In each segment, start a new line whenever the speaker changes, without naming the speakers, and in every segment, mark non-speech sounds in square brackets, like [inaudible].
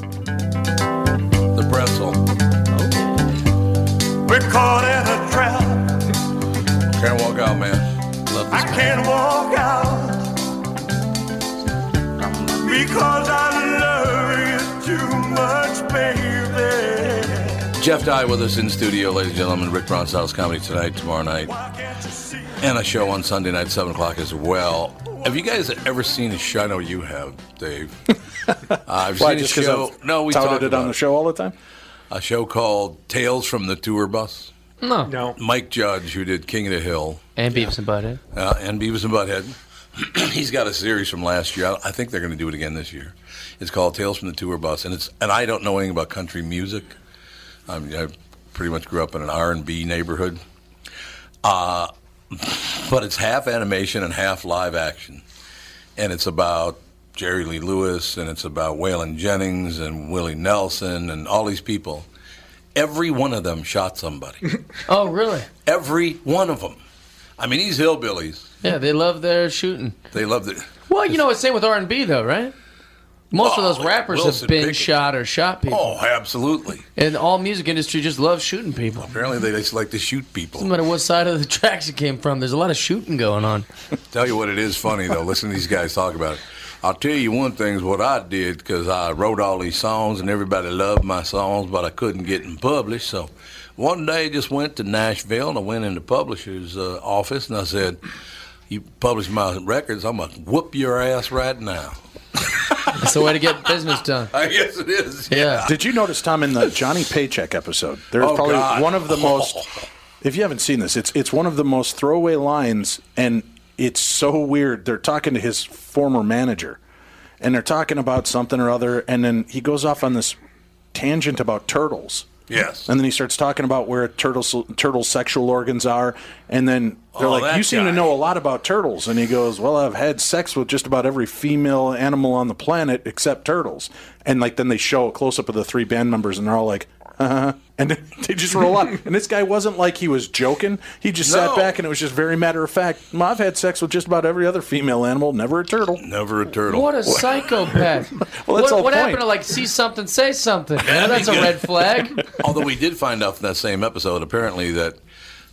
The pretzel.
Oh. We're caught in a trap.
Can't walk out, man. Love
I
this.
can't walk out because I love you too much, baby.
Jeff Dye with us in studio, ladies and gentlemen. Rick Bronstow's comedy tonight, tomorrow night.
Why can't you see?
And a show on Sunday night, 7 o'clock as well. Have you guys ever seen a show? I know you have,
[laughs]
Dave. Uh, I've
Why,
seen a
just because
show.
I've
No, we talked
touted it
about
on the show all the time?
A show called Tales from the Tour Bus.
No.
Mike Judge, who did King of the Hill
And Beavis and Butthead.
uh, and Beavis and Butthead, [clears throat] he's got a series from last year. I I think they're going to do it again this year. It's called Tales from the Tour Bus, and it's and I don't know anything about country music. I, mean, I pretty much grew up in an R and B neighborhood. Uh, but it's half animation and half live action. And it's about Jerry Lee Lewis and it's about Waylon Jennings and Willie Nelson and all these people. Every one of them shot somebody.
[laughs] Oh, really?
Every one of them. I mean, these hillbillies,
Yeah, they love their shooting.
they loved it.
Well, you know, it's same with R and B though, right? Most
Oh,
of those rappers
Wilson
have been
Pickett.
shot or shot people,
Oh, absolutely.
and all music industry just loves shooting people.
Apparently, they just like to shoot
No
people.
matter what side of the [laughs] tracks you came from, there's a lot of shooting going on.
Tell you what, it is
[laughs]
funny though. Listen to these guys talk about it. I'll tell you one thing is what I did because I wrote all these songs and everybody loved my songs, but I couldn't get them published. So one day, I just went to Nashville and I went in the publisher's uh, office and I said, "You publish my records, I'm gonna whoop your ass right now."
That's the way to get business
[laughs]
done.
I guess it is.
Yeah.
Did you notice, Tom, in the Johnny Paycheck episode, there's
Oh,
probably
God.
one of the
[laughs]
most.
[laughs]
If you haven't seen this, it's it's one of the most throwaway lines, and it's so weird. They're talking to his former manager, and they're talking about something or other, and then he goes off on this tangent about turtles.
Yes.
And then he starts talking about where turtles turtle sexual organs are, and then they're
Oh,
like,
that
"You
guy.
seem to know a lot about turtles." And he goes, "Well, I've had sex with just about every female animal on the planet except turtles." And like then they show a close up of the three band members, and they're all like, "Uh huh," and then [laughs] they just roll
[laughs]
up. And this guy wasn't like he was joking; he just
No.
sat back and it was just very matter of fact. "Mm, I've had sex with just about every other female animal, never a turtle.
Never a turtle.
What
[laughs]
a
[laughs]
psychopath.
Well,
what
that's the whole
what happened
point.
to like see something, say something? You know, Oh, that's a red flag.
[laughs] Although we did find out in that same episode, apparently, that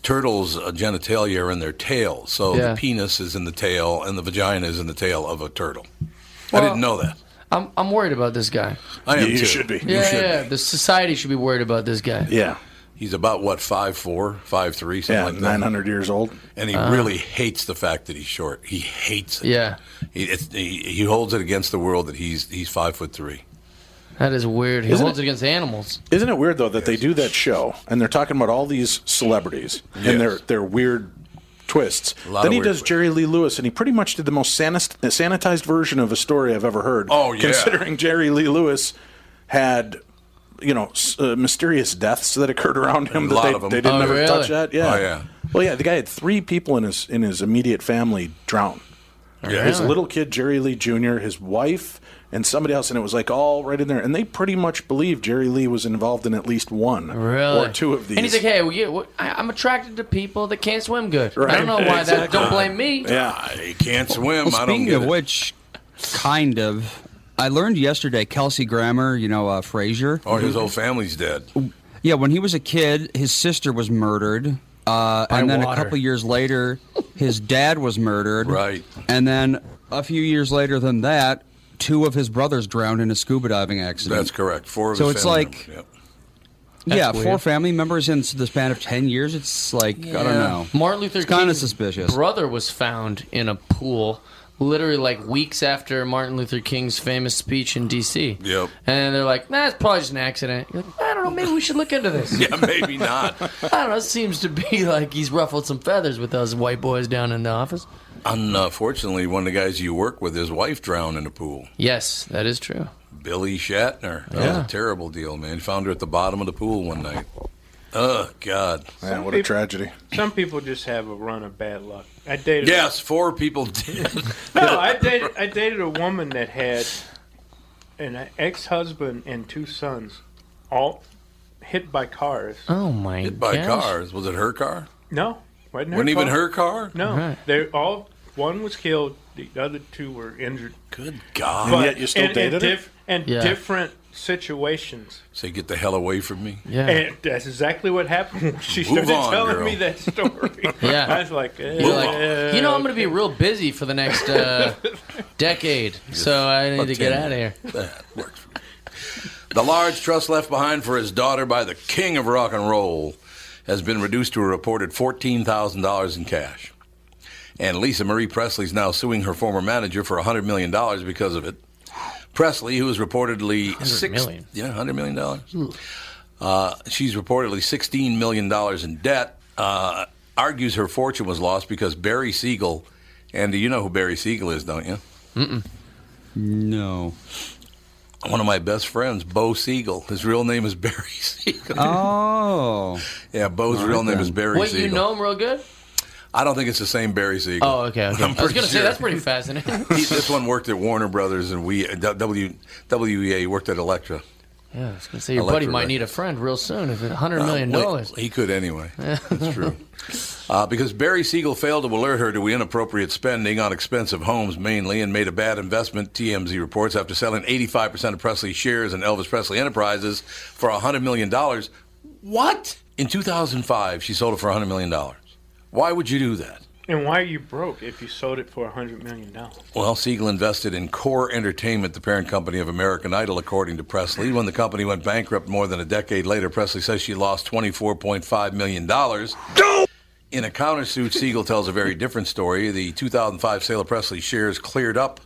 turtles' uh, genitalia are in their tail. So
Yeah.
the penis is in the tail and the vagina is in the tail of a turtle. I
Well-
didn't know that.
I'm, I'm worried about this guy.
I am
You
too.
should be.
Yeah,
should
yeah, the society should be worried about this guy.
Yeah,
He's about, what, 5'4, 5'3, something
yeah,
like that.
nine hundred years old.
And he really hates the fact that he's short. He hates it.
Uh-huh. Yeah.
He, it's, he, he holds it against the world that he's he's five foot three.
That is weird. He
Isn't
holds
it-
it against animals.
Isn't it weird though that they do that show and they're talking about all these celebrities
Yes.
and their their weird twists?
lot
Then
of
he
weird
does
twists.
Jerry Lee Lewis, and he pretty much did the most sanit- sanitized version of a story I've ever heard.
Oh, yeah.
considering Jerry Lee Lewis had you know s- uh, mysterious deaths that occurred around him
A
that
lot
they,
of 'em.
they
Oh,
didn't ever
really?
touch at. Yeah.
Oh, yeah.
Well, yeah, the guy had three people in his in his immediate family drown. His little kid Jerry Lee Jr., his wife, and somebody else, and it was like all right in there. And they pretty much believe Jerry Lee was involved in at least one
Really?
or two of these.
And he's like, hey, well, yeah, well, I, I'm attracted to people that can't swim good. I
Right.
don't know why that.
Exactly.
Don't blame me.
yeah,
He can't swim.
Well,
I don't
speaking
get
of
it.
which, kind of, I learned yesterday Kelsey Grammer, you know, uh, Frasier.
Or Oh,
Mm-hmm.
his whole family's dead.
Mm-hmm.
Yeah, when he was a kid, his sister was murdered. Uh, and then
water.
a couple years later, his dad was murdered.
Right.
And then a few years later than that, two of his brothers drowned in a scuba diving accident.
That's correct. Four of
So
his
it's
family
like-
members, yep.
yeah,
That's
four
weird.
family members in the span of 10 years. It's like, I don't know.
Martin Luther
It's kinda
King's
suspicious.
brother was found in a pool literally like weeks after Martin Luther King's famous speech in D.C.
Yep.
And they're like, nah, it's probably just an accident. You're
[laughs]
like, I don't know. Maybe we should look into this.
Yeah, maybe not.
I don't know. It [laughs] seems to be like he's ruffled some feathers with those white boys down in the office.
Unfortunately, uh, one of the guys you work with, his wife drowned in a pool.
Yes, that is true.
Billy Shatner. That was
Yeah.
a terrible deal, man. He found her at the bottom of the pool one night. Oh, God.
man, what a tragedy.
Some people just have a run of bad luck. I dated
Yes, four people [laughs] did.
No, I dated I dated a woman that had an ex-husband and two sons, all hit by cars.
Oh, my
Hit by
gosh.
cars. Was it her car?
No, wasn't her
Wasn't even
fault.
her car?
No,
Right.
they all one was killed. The other two were injured.
Good God.
But
yet you still
in- in
dated her?
diff- in
Yeah.
different situations.
Say, get the hell away from me.
Yeah.
And that's exactly what happened. [laughs] She
Move
started
on,
telling
girl.
me that story.
[laughs] Yeah.
I was like, eh,
You're like, you know, I'm going to be real busy for the next uh, decade, so I need to get out of here.
That works for me. The large trust left behind for his daughter by the king of rock and roll has been reduced to a reported $14,000 in cash. And Lisa Marie Presley's now suing her former manager for $100 million because of it. Presley, who is reportedly six,
million.
yeah, $100 million. Uh, she's reportedly $16 million in debt, uh, argues her fortune was lost because Barry Siegel, and you know who Barry Siegel is, don't you?
No.
one of my best friends, Bo Siegel. His real name is Barry [laughs] Siegel.
Oh.
yeah, Bo's real name is Barry
Wait,
Siegel.
you know him real good?
I don't think it's the same Barry Siegel.
Oh, okay. okay.
[laughs] I'm
I was
pretty
going to say
sure.
that's pretty fascinating.
He- [laughs] this one worked at Warner Brothers, and we W WEA worked at Elektra.
Yeah, I was gonna say your buddy
Electric
might
Records.
need a friend real soon. If it's hundred million
Well,
dollars,
Uh, He
[laughs]
could anyway. That's true. Uh, because Barry Siegel failed to alert her to inappropriate spending on expensive homes mainly and made a bad investment, TMZ reports, after selling 85% of Presley's shares in Elvis Presley Enterprises for $100 million. What? In 2005, she sold it for $100 million. Why would you do that?
and why are you broke if you sold it for a hundred million dollars?
Well, Siegel invested in Core Entertainment, the parent company of American Idol, according to Presley. When the company went bankrupt more than a decade later, Presley says she lost $24.5 million. In a countersuit, Siegel tells a very different story. The 2005 sale of Presley shares cleared up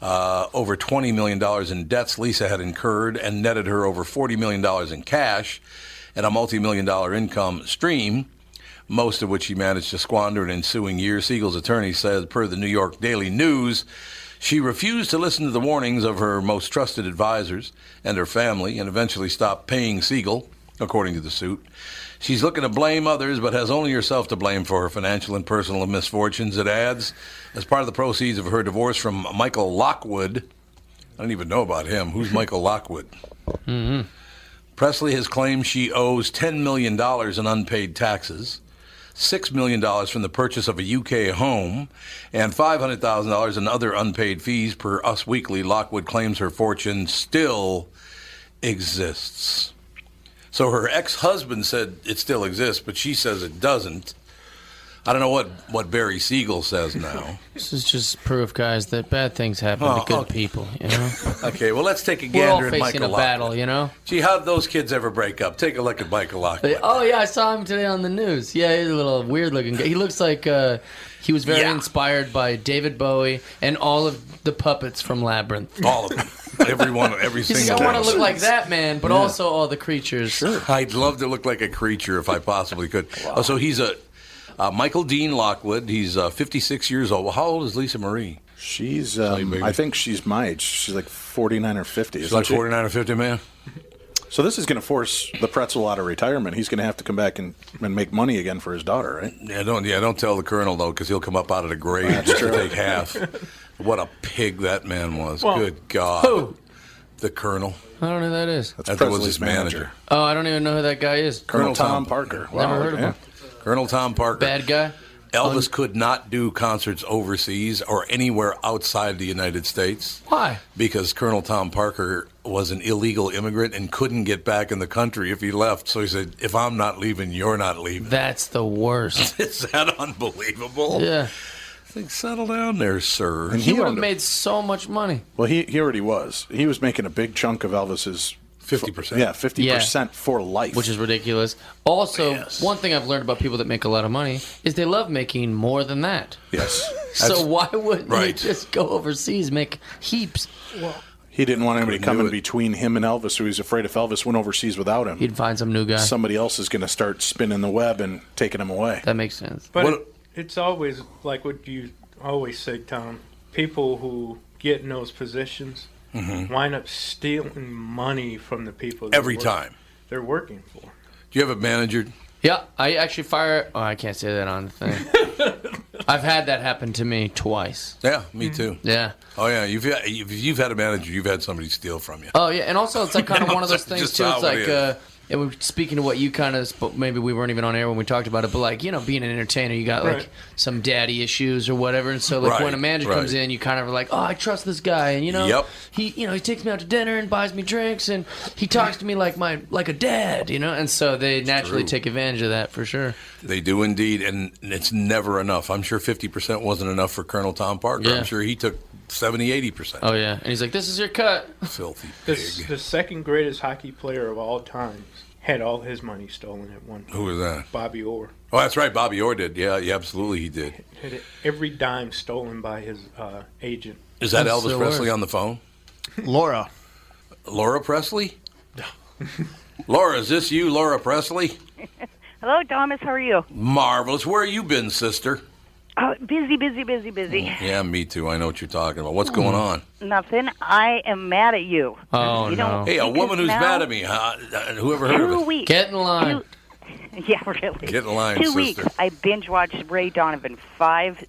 uh, over $20 million in debts Lisa had incurred and netted her over $40 million in cash and a multi million dollar income stream, most of which she managed to squander in ensuing years. Siegel's attorney says, per the New York Daily News, she refused to listen to the warnings of her most trusted advisors and her family and eventually stopped paying Siegel, according to the suit. She's looking to blame others, but has only herself to blame for her financial and personal misfortunes. It adds, as part of the proceeds of her divorce from Michael Lockwood, I don't even know about him. Who's Michael Lockwood?
Mm-hmm.
Presley has claimed she owes $10 million in unpaid taxes, $6 million from the purchase of a UK home, and $500,000 in other unpaid fees. Per Us Weekly, Lockwood claims her fortune still exists. So her ex husband said it still exists, but she says it doesn't. I don't know what, what Barry Siegel
[laughs]
says now.
This is just proof, guys, that bad things happen
Oh,
to good
okay.
people. You know,
[laughs] okay, well, let's take a
we're all
gander
facing
at Michael
a
Lockwood.
battle. You know.
Gee, how'd those kids ever break up? Take a look at Michael Lockwood.
They- oh yeah, I saw him today on the news. Yeah, he's a little weird looking guy. He looks like uh, he was very inspired by David Bowie and all of the puppets from Labyrinth.
All of them. Everyone,
[laughs]
every
He's
single
like, I want
one.
to look like that man, but
Yeah.
also all the creatures.
I'd love to look like a creature if I
[laughs]
possibly could. Oh, so he's a uh, Michael Dean Lockwood. He's uh, 56 years old. Well, how old is Lisa Marie?
She's, um, I think she's my age. She's like 49 or 50.
She's
isn't
like
she?
49 or 50, man.
So this is going to force the pretzel out of retirement. He's going to have to come back and, and make money again for his daughter, right?
Yeah, don't yeah, don't tell the colonel though, because he'll come up out of the grave just to take half. What a pig that man was!
Well,
Good God, the colonel.
I don't know who that is.
That's that was his manager.
Oh, I don't even know who that guy is.
Colonel Tom
Parker.
Never heard of him.
Colonel Tom Parker.
Bad guy.
Elvis could not do concerts overseas or anywhere outside the United States.
Why?
because Colonel Tom Parker was an illegal immigrant and couldn't get back in the country if he left. So he said, "If I'm not leaving, you're not leaving."
That's the
[laughs]
worst.
[laughs] Is that unbelievable?
Yeah.
It's like, settle down there, sir.
And
He
he
would have
owned a-
made so much money.
Well, he, he already was. He was making a big chunk of Elvis's
50%.
Yeah, 50% for life.
which is ridiculous. Also, one thing I've learned about people that make a lot of money is they love making more than that.
Yes.
so why wouldn't
right.
you just go overseas make heaps?
He didn't want anybody
Couldn't do
coming
it.
between him and Elvis, so he was afraid if Elvis went overseas without him,
He'd find some new guy.
somebody else is going to start spinning the web and taking him away.
that makes sense.
But
What-
it, it's always like what you always say, Tom. People who get in those positions wind up stealing money from the people they're
Mm-hmm. Every
work-
time.
they're working for.
Do you have a manager?
Yeah, I actually fire. Oh, I can't say that on the thing. I've had that happen to me twice.
Yeah, me too.
Yeah.
Oh yeah, you've had, you've, you've had a manager. You've had somebody steal from you.
Oh yeah, and also it's like
[laughs]
kind of one of those things
Just
too.
how
It's
it
like
is.
uh, and we're speaking to what you kind of spoke. Maybe we weren't even on air when we talked about it, but like you know, being an entertainer, you got like
Right.
some daddy issues or whatever, and so like
Right,
when a manager
right.
comes in, you kind of are like, oh, I trust this guy, and you know,
Yep.
he you know he takes me out to dinner and buys me drinks, and he talks to me like my like a dad, you know, and so they naturally
true.
take advantage of that for sure.
They do indeed, and it's never enough. I'm sure 50% wasn't enough for Colonel Tom Parker.
Yeah.
I'm sure he took 70, 80%.
Oh yeah, and he's like, this is your cut.
Filthy
The,
pig.
s- the second greatest hockey player of all times had all his money stolen at one point.
Who was that?
Bobby Orr
Oh, that's right. Bobby Orr did. Yeah, yeah, absolutely he did.
had every dime stolen by his uh, agent.
Is that
That's
Elvis
the
Presley
worst.
on the phone?
Laura.
Laura Presley? [laughs] Laura, is this you, Laura Presley?
Hello, Thomas. How are you?
Marvelous. Where you been, sister? Uh,
Oh, busy, busy, busy, busy.
Yeah, me too. I know what you're talking about.
Hmm.
What's going on?
Mm. Nothing. I am mad at you.
Oh
You
no,
don't-
Hey, a
Because
woman who's
now-
mad at me. Huh? Uh, Whoever heard
Two
of it?
weeks.
get in line.
Two- [laughs] yeah, really.
Get in line,
Two
sister.
weeks. I binge watched Ray Donovan five.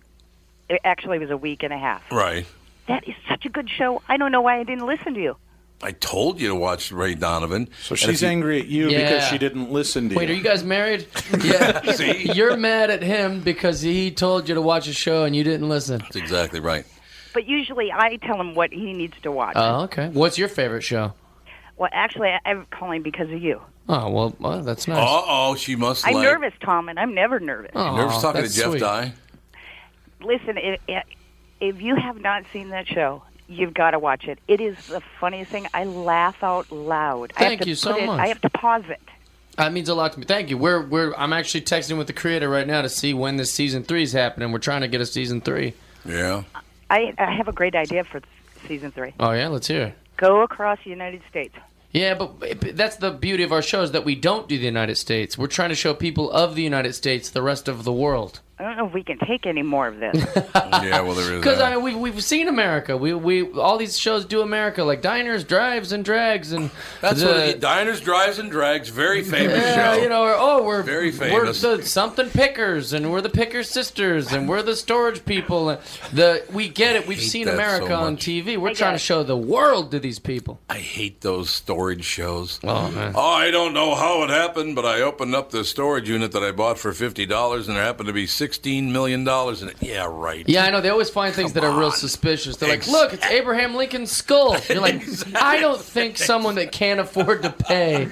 It actually was a week and a half.
Right.
That is such a good show. I don't know why I didn't listen to you.
I told you to watch Ray Donovan.
So
And
she's
if you-
angry at you because
Yeah.
she didn't listen to
Wait, are
you.
you guys married? Yeah.
[laughs] See?
You're mad at him because he told you to watch a show and you didn't listen.
That's exactly right.
But usually I tell him what he needs to
Uh.
watch.
Oh, okay. What's your favorite show?
well, actually, I, I'm calling because of you.
Oh, well, well that's nice.
Uh oh, she must
I'm
like.
nervous, Tom, and I'm never nervous.
Aw,
Nervous talking to
that's
Jeff
sweet.
Dye?
Listen, if, if you have not seen that show, you've got to watch it. It is the funniest thing. I laugh out loud. I have
Thank
to
you so
put it-
much.
I have to pause it.
That means a lot to me. Thank you. We're we're I'm actually texting with the creator right now to see when this season three is happening. We're trying to get a season three.
Yeah.
I, I have a great idea for season three.
Oh yeah, let's hear. it.
Go across the United States.
Yeah, but but that's the beauty of our show is that we don't do the United States. We're trying to show people of the United States the rest of the world.
I don't know if we can take any more
[laughs]
of this.
Mm, yeah, well, there is.
Because I mean, we we've seen America. We we all these shows do America like diners, drives, and drags, and
That's
the,
what it, diners, drives, and drags. Very famous
yeah,
show.
you know, or, oh, we're
Very famous.
We're the something pickers, and we're the picker sisters, and we're the storage people. And the we get it. We've
hate
seen
that so
America on
much.
TV. We're trying to show the world to these people.
I hate those storage shows. Oh, I don't know how it happened, but I opened up the storage unit that I bought for fifty dollars, and there happened to be sixteen million dollars in it. Yeah, right.
Yeah, I know. They always find things that are real suspicious. They're like, look, it's Abraham Lincoln's skull. You're like, I don't think someone that can't afford to
[laughs]
pay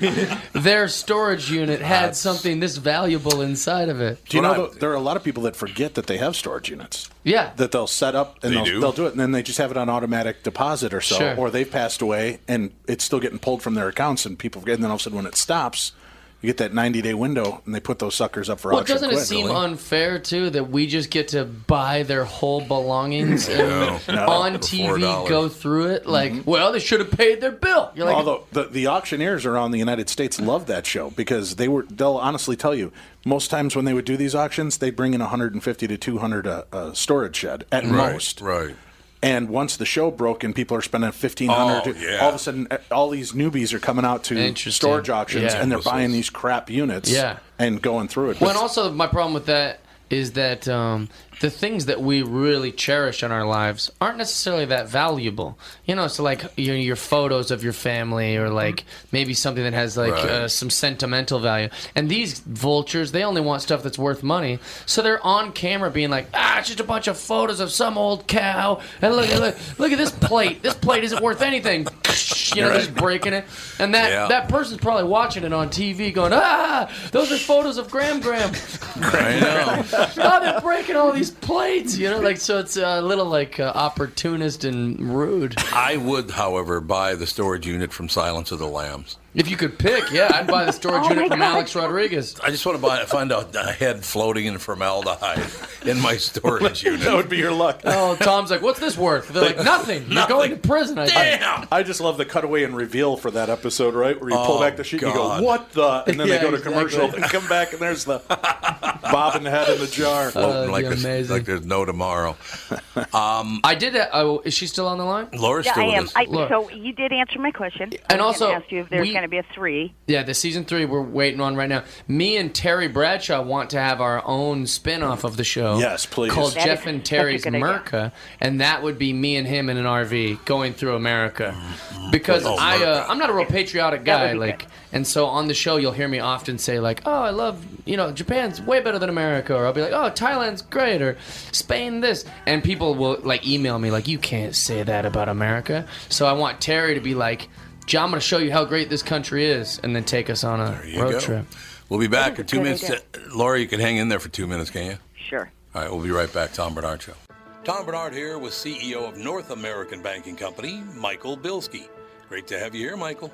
their storage unit had something this valuable inside of it.
Do you know that there are a lot of people that forget that they have storage units?
Yeah.
That they'll set up and
They
they will
do?
they'll do it, and then they just have it on automatic deposit or so,
Sure.
or they've passed away and it's still getting pulled from their accounts, and people forget. And then all of a sudden, when it stops, you get that ninety day window, and they put those suckers up for
Well,
auction.
doesn't it
quick.
seem unfair too that we just get to buy their whole belongings and
No.
on
For
TV
$4.
go through it? Like, well, they should have paid their bill. You're like,
Although Mm-hmm. the, the auctioneers around the United States love that show because they were they'll honestly tell you most times when they would do these auctions they bring in 150 to 200 a, a uh, storage shed at
Right,
most
right
and once the show broke and people are spending 1500
Oh, yeah.
all of a sudden eh, all these newbies are coming out to
Interesting.
storage auctions
Yeah.
and they're buying these crap units
Yeah.
and going through it
Well, and also my problem with that is that um, the things that we really cherish in our lives aren't necessarily that valuable. You know, so like your, your photos of your family, or like maybe something that has like
Right.
uh, some sentimental value. And these vultures, they only want stuff that's worth money. So they're on camera being like, ah, it's just a bunch of photos of some old cow. And look, look, look at this plate. This plate isn't worth anything. [laughs] You know,
Right.
just breaking it. And that
Yeah.
that person's probably watching it on TV, going, ah, those are photos of Graham Graham.
[laughs] I know.
oh, they're breaking all these plates, you know, like so it's a little like uh, opportunist and rude.
I would, however, buy the storage unit from Silence of the Lambs.
If you could pick, yeah, I'd buy the storage
Oh
unit
my
from
God.
Alex Rodriguez.
I just want to buy, find a, a head floating in formaldehyde in
[laughs]
my storage unit.
That would be your luck.
Oh, Tom's like, what's this worth? They're like, nothing. You're going to prison. I think.
I just love the cutaway and reveal for that episode, right? Where you pull
Oh,
back the sheet and
God.
you go, "What the?" And then
Yeah,
they go to
exactly.
commercial and come back and there's the [laughs] bobbing head in the jar.
Uh,
Floating like, there's, like there's no tomorrow. Um,
I did. Uh, oh, is she still on the line?
Laura's
yeah,
still
I
with
am.
us.
I,
Look.
so you did answer my question.
And
I
also,
asked you if there's
we-
going to be a three.
Yeah, the season three we're waiting on right now. Me and Terry Bradshaw want to have our own spin off of the show.
Yes, please.
Called
That
Jeff
[laughs] is
and
such a
Terry's
good idea.
Merca, and that would be me and him in an RV going through America. Because
Oh,
I, uh,
Merca.
I'm not a real patriotic
That would
guy,
be
like, and so on the show you'll hear me often say like, "Oh, I love you know Japan's way better than America," or I'll be like, "Oh, Thailand's great," or "Spain this," and people will like email me like, "You can't say that about America." So I want Terry to be like. John, I'm going to show you how great this country is, and then take us on a
you
road
go.
trip.
We'll be back in
That is a
two
good
minutes.
idea.
Laura, you can hang in there for two minutes, can you?
Sure.
All right, we'll be right back. Tom Bernard Show. Tom Bernard here with CEO of North American Banking Company, Michael Bilski. Great to have you here, Michael.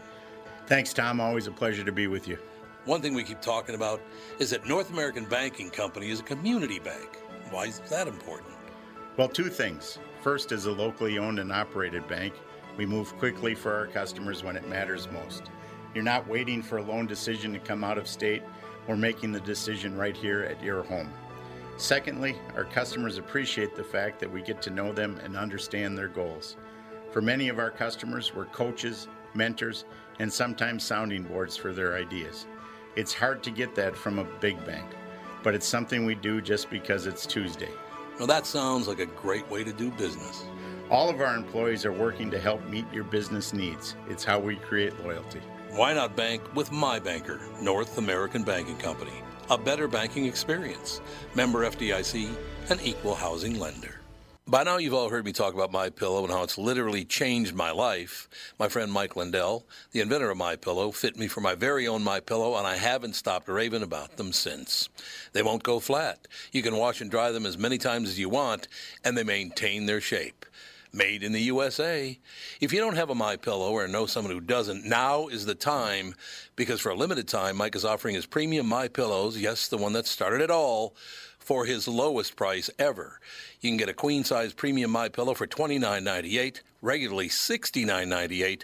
Thanks, Tom. Always a pleasure to be with you.
One thing we keep talking about is that North American Banking Company is a community bank. Why is that important?
Well, two things. First, as a locally owned and operated bank, we move quickly for our customers when it matters most. You're not waiting for a loan decision to come out of state, we're making the decision right here at your home. Secondly, our customers appreciate the fact that we get to know them and understand their goals. For many of our customers, we're coaches, mentors, and sometimes sounding boards for their ideas. It's hard to get that from a big bank, but it's something we do just because it's Tuesday.
Well, that sounds like a great way to do business.
All of our employees are working to help meet your business needs. It's how we create loyalty.
Why not bank with my banker, North American Banking Company? A better banking experience. Member FDIC, an equal housing lender. By now you've all heard me talk about my pillow and how it's literally changed my life. My friend Mike Lindell, the inventor of my pillow, fit me for my very own my pillow and I haven't stopped raving about them since. They won't go flat. You can wash and dry them as many times as you want and they maintain their shape.
made in the USA. If you don't have a My Pillow or know someone who doesn't, now is the time because for a limited time, Mike is offering his premium My Pillows, yes, the one that started it all, for his lowest price ever. You can get a queen size premium My Pillow for $29.98, regularly $69.98.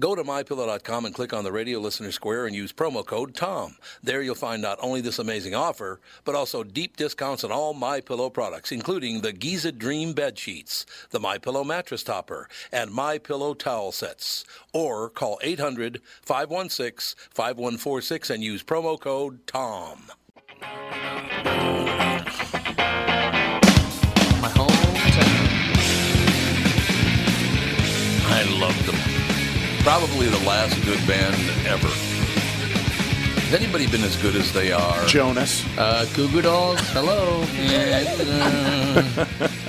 Go to mypillow.com and click on the radio listener square and use promo code TOM. There you'll find not only this amazing offer, but also deep discounts on all My Pillow products, including the Giza Dream bed sheets, the My Pillow mattress topper, and My Pillow towel sets. Or call 800-516-5146 and use promo code TOM.
My hometown.
I love them. Probably the last good band ever. Has anybody been as good as they are?
Jonas.
Uh, Goo Goo Dolls.
[laughs]
Hello.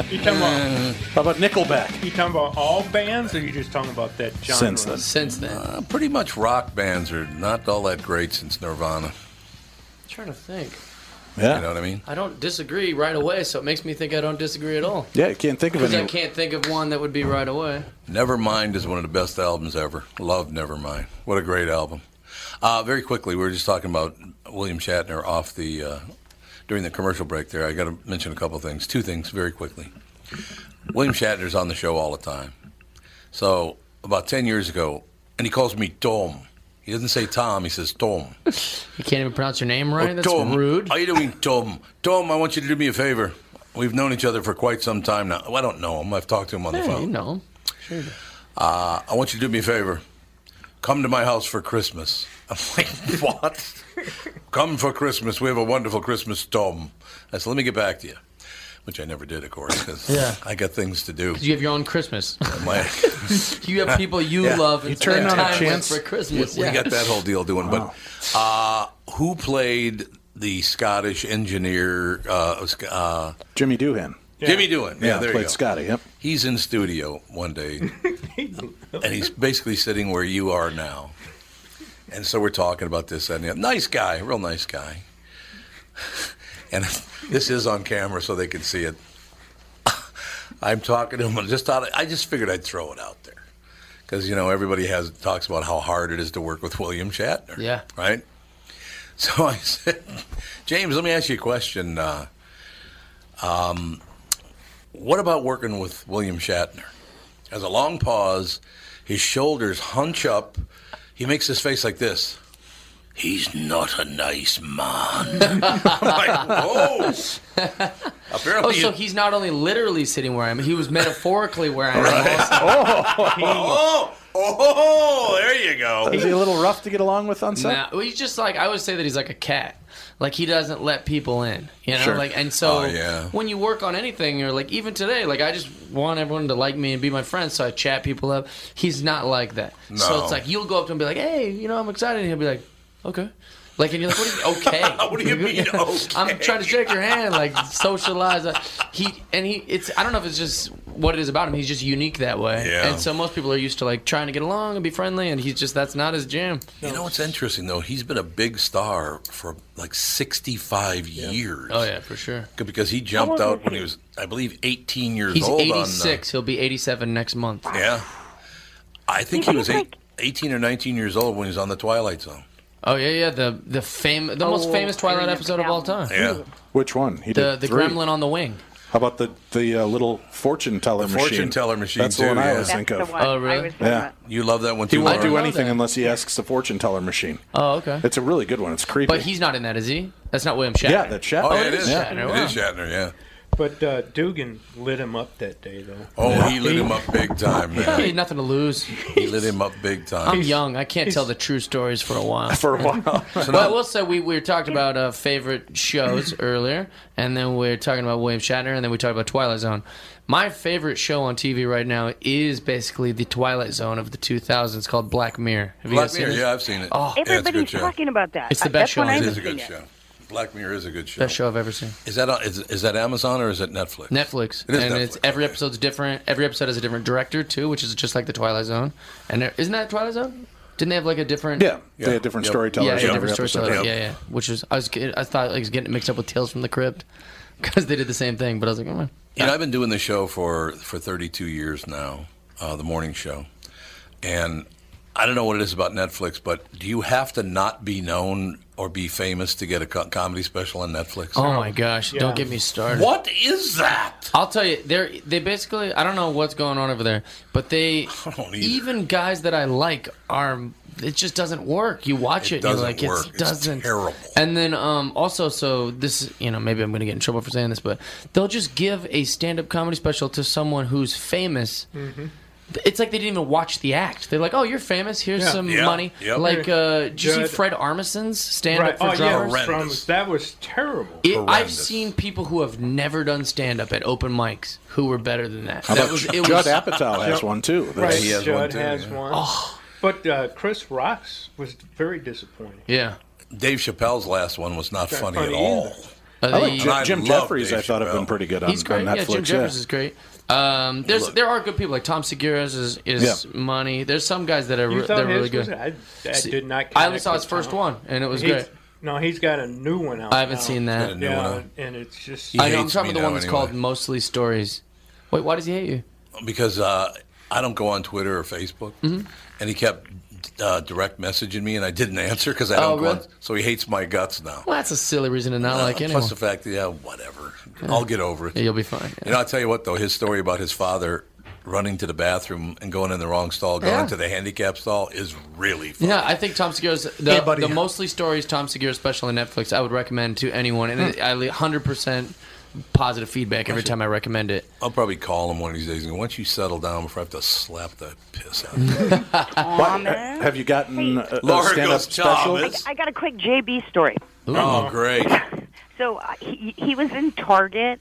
You talking about
How about Nickelback?
you talking about all bands, or you just talking about that genre?
Since then.
Uh, pretty much rock bands are not all that great since Nirvana.
I'm trying to think.
Yeah.
You know what I mean?
I don't disagree right away, so it makes me think I don't disagree at all.
Yeah, I can't think of
Because I
any.
can't think of one that would be right away.
Nevermind is one of the best albums ever. Love Nevermind. What a great album. Uh, very quickly, we were just talking about William Shatner off the uh, during the commercial break. There, I got to mention a couple things. Two things very quickly. William Shatner's on the show all the time. So about ten years ago, and he calls me Tom. He doesn't say Tom. He says Tom.
You can't even pronounce your name [laughs] right.
Oh,
That's
Tom,
rude.
How you doing, Tom? Tom, I want you to do me a favor. We've known each other for quite some time now. Oh, I don't know him. I've talked to him on the
Yeah,
phone.
you know. 'em. Sure.
Uh, I want you to do me a favor. Come to my house for Christmas. [laughs] I'm like, what? Come for Christmas. We have a wonderful Christmas, Tom. I said, let me get back to you, which I never did, of course, because
Yeah.
I got things to do.
'Cause You have your own Christmas.
My-
[laughs] you have people you
Yeah.
love and
You
spend
turn on a
time with
chance-
for Christmas.
we
yeah.
got that whole deal doing. But uh, who played the Scottish engineer? Uh, uh,
Jimmy Doohan.
Jimmy Doohan. Yeah, there you
played
go.
Scotty. Yep.
He's in studio
[laughs]
one day, and he's basically sitting where you are now. And so we're talking about this and the other. Nice guy, real nice guy. And [laughs] this is on camera, so they can see it. [laughs] I'm talking to him, and just thought I just figured I'd throw it out there because you know everybody has talks about how hard it is to work with William Shatner.
Yeah.
Right. [laughs] So I said, James, let me ask you a question. Uh, um, what about working with William Shatner? Has a long pause, his shoulders hunch up. He makes his face like this. He's not a nice man. [laughs] I'm
[laughs]
like, whoa. Apparently,
Oh, so
you-
he's not only literally sitting where I am, he was metaphorically where I am. also. [laughs]
[laughs] oh, oh, [laughs] oh, there you go.
Is he a little rough to get along with on set?
Nah, well, he's just like I would say that he's like a cat. Like he doesn't let people in, you know.
Sure.
Like and so
Oh, yeah.
when you work on anything, or like even today, like I just want everyone to like me and be my friend, so I chat people up. He's not like that. So
No.
it's like you'll go up to him and be like, "Hey, you know, I'm excited," and he'll be like, "Okay." Like and you're like,
[laughs]
"What do you okay?" [laughs]
What do you mean, okay?
I'm trying to shake your hand, like socialize. Uh, He and he. It's I don't know if it's just what it is about him. He's just unique that way.
Yeah.
And so most people are used to like trying to get along and be friendly, and he's just that's not his jam.
You know what's interesting though? He's been a big star for like 65 years.
Oh yeah, for sure.
Because he jumped
old
out
is
when he
he?
was, I believe, 18 years
He's
old.
86. He'll be 87 next month.
On, uh, yeah. I think he
He's
was eight,
like-
18 or 19 years old when he was on the Twilight Zone.
Oh yeah, yeah. The the fame, the most
Oh,
famous
I
Twilight
remember
episode of
that
all time.
one.
Yeah.
Which one? He
The
did
the
three.
gremlin on the wing.
How about the the uh, little fortune teller
The
machine?
fortune teller machine,
That's the
too,
one I
yeah.
always
That's
think
the
of.
one.
Oh, really?
I was
Yeah.
yeah.
You love that one
He
too,
won't do
Lauren?
know
anything
that.
unless he asks the fortune teller machine.
Oh okay.
It's a really good one. It's creepy.
But he's not in that, is he? That's not William Shatner.
yeah, that Shatner.
Oh, yeah, it is.
Shatner,
It
wow.
is Shatner, yeah.
But uh, Dugan lit him up that day, though.
Oh, he lit him up big time,
He had
man.
nothing to lose.
he lit him up big time.
I'm young. I can't tell the true stories for a while.
[laughs] for a
[laughs]
while.
So
Well, I
now-
will say we, we talked about uh, favorite shows
[laughs]
earlier, and then we are talking about William Shatner, and then we talked about Twilight Zone. My favorite show on TV right now is basically the Twilight Zone of the 2000s, called Black Mirror. Have you
Black
guys
Mirror,
seen it?
yeah, I've seen it.
Oh.
yeah, it's a good
Everybody's
show.
talking about that.
It's the
Uh,
best
That's when
show.
I
It
I've
is a
haven't
good
seen it.
show. Black Mirror is a good show.
Best show I've ever seen.
Is that on- is, is that Amazon or is it Netflix?
Netflix,
It is
and
Netflix.
it's every episode's different. Every episode has a different director too, which is just like the Twilight Zone. And there, isn't that Twilight Zone? Didn't they have like a different?
Yeah, they Yeah. had different storytellers
Yeah, they had
on
different
every episode.
storytellers.
Yeah.
Yeah, yeah. Which is I was get- I thought I was getting it mixed up with Tales from the Crypt [laughs] because they did the same thing, but I was like, oh man.
You know, I've been doing this show for for 32 years now, uh, the morning show, and I don't know what it is about Netflix, but do you have to not be known or be famous to get a co- comedy special on Netflix?
Oh my gosh! Don't get me started.
What is that?
I'll tell you. They they basically I don't know what's going on over there, but
[laughs]
they even guys that I like are. It just doesn't work. You watch it,
It
and
doesn't
you're like,
work.
it
It's
doesn't.
terrible.
And then um, also, so this, you know, maybe I'm going to get in trouble for saying this, but they'll just give a stand-up comedy special to someone who's famous. It's like they didn't even watch the
[laughs]
act. They're like, "Oh, you're famous. Here's
Yeah.
some
Yeah.
money."
Yep.
Like, uh, did you see
Judd-
Fred Armisen's stand-up for
oh, yeah,
drummers?
from, that was terrible.
It, I've seen people who have never done stand up at open mics who were better than that.
How
that
about Judd Apatow has one, too.
Right,
He has
Judd
one, too,
has
yeah.
one.
Oh.
But uh, Chris Rocks was very disappointing.
Yeah.
Dave Chappelle's last one was not
Not
funny,
funny
at all.
either. I like Jim-
And I
Jim
love
Jeffries,
Dave
I thought, have been
Chappelle.
pretty good on,
Uh, He's great.
on
yeah,
Netflix.
Jim Jeffries is great. Um, there's there are good people like Tom Segura's is, is money. There's some guys that are
You
re-
thought
they're
his
really good.
was- I, I
See,
did not.
I only
connect
saw his
with
first
Tom.
one and it was
He's-
great.
No, he's got a new one out.
I haven't
now.
seen that.
Yeah, and it's just.
I know, I'm talking about the one that's called Mostly Stories. Wait, why does he hate you?
because uh, I don't go on Twitter or Facebook,
Mm-hmm.
and he kept uh, direct messaging me, and I didn't [laughs] answer because I
Oh,
don't go
really?
on. So he hates my guts now.
Well, that's a silly reason to not
Uh,
like anyone.
Plus the fact that yeah, whatever, I'll get over it.
Yeah, you'll be fine.
You know, I'll tell you what though, his story about his father running to the bathroom and going in the wrong stall, going
Yeah.
to the handicap stall, is really funny.
Yeah, I think Tom Segura's the,
Hey, buddy.
the mostly stories Tom Segura special on Netflix. I would recommend to anyone, and I hundred percent positive feedback every time I recommend it.
I'll probably call him one of these days. And once you settle down, before I have to slap the piss out of you.
Uh,
What- have you gotten a, a
Laura
stand-up
goes,
special?
"Tom,
I got a quick JB story.
Oh, great!
So uh, he, he was in Target,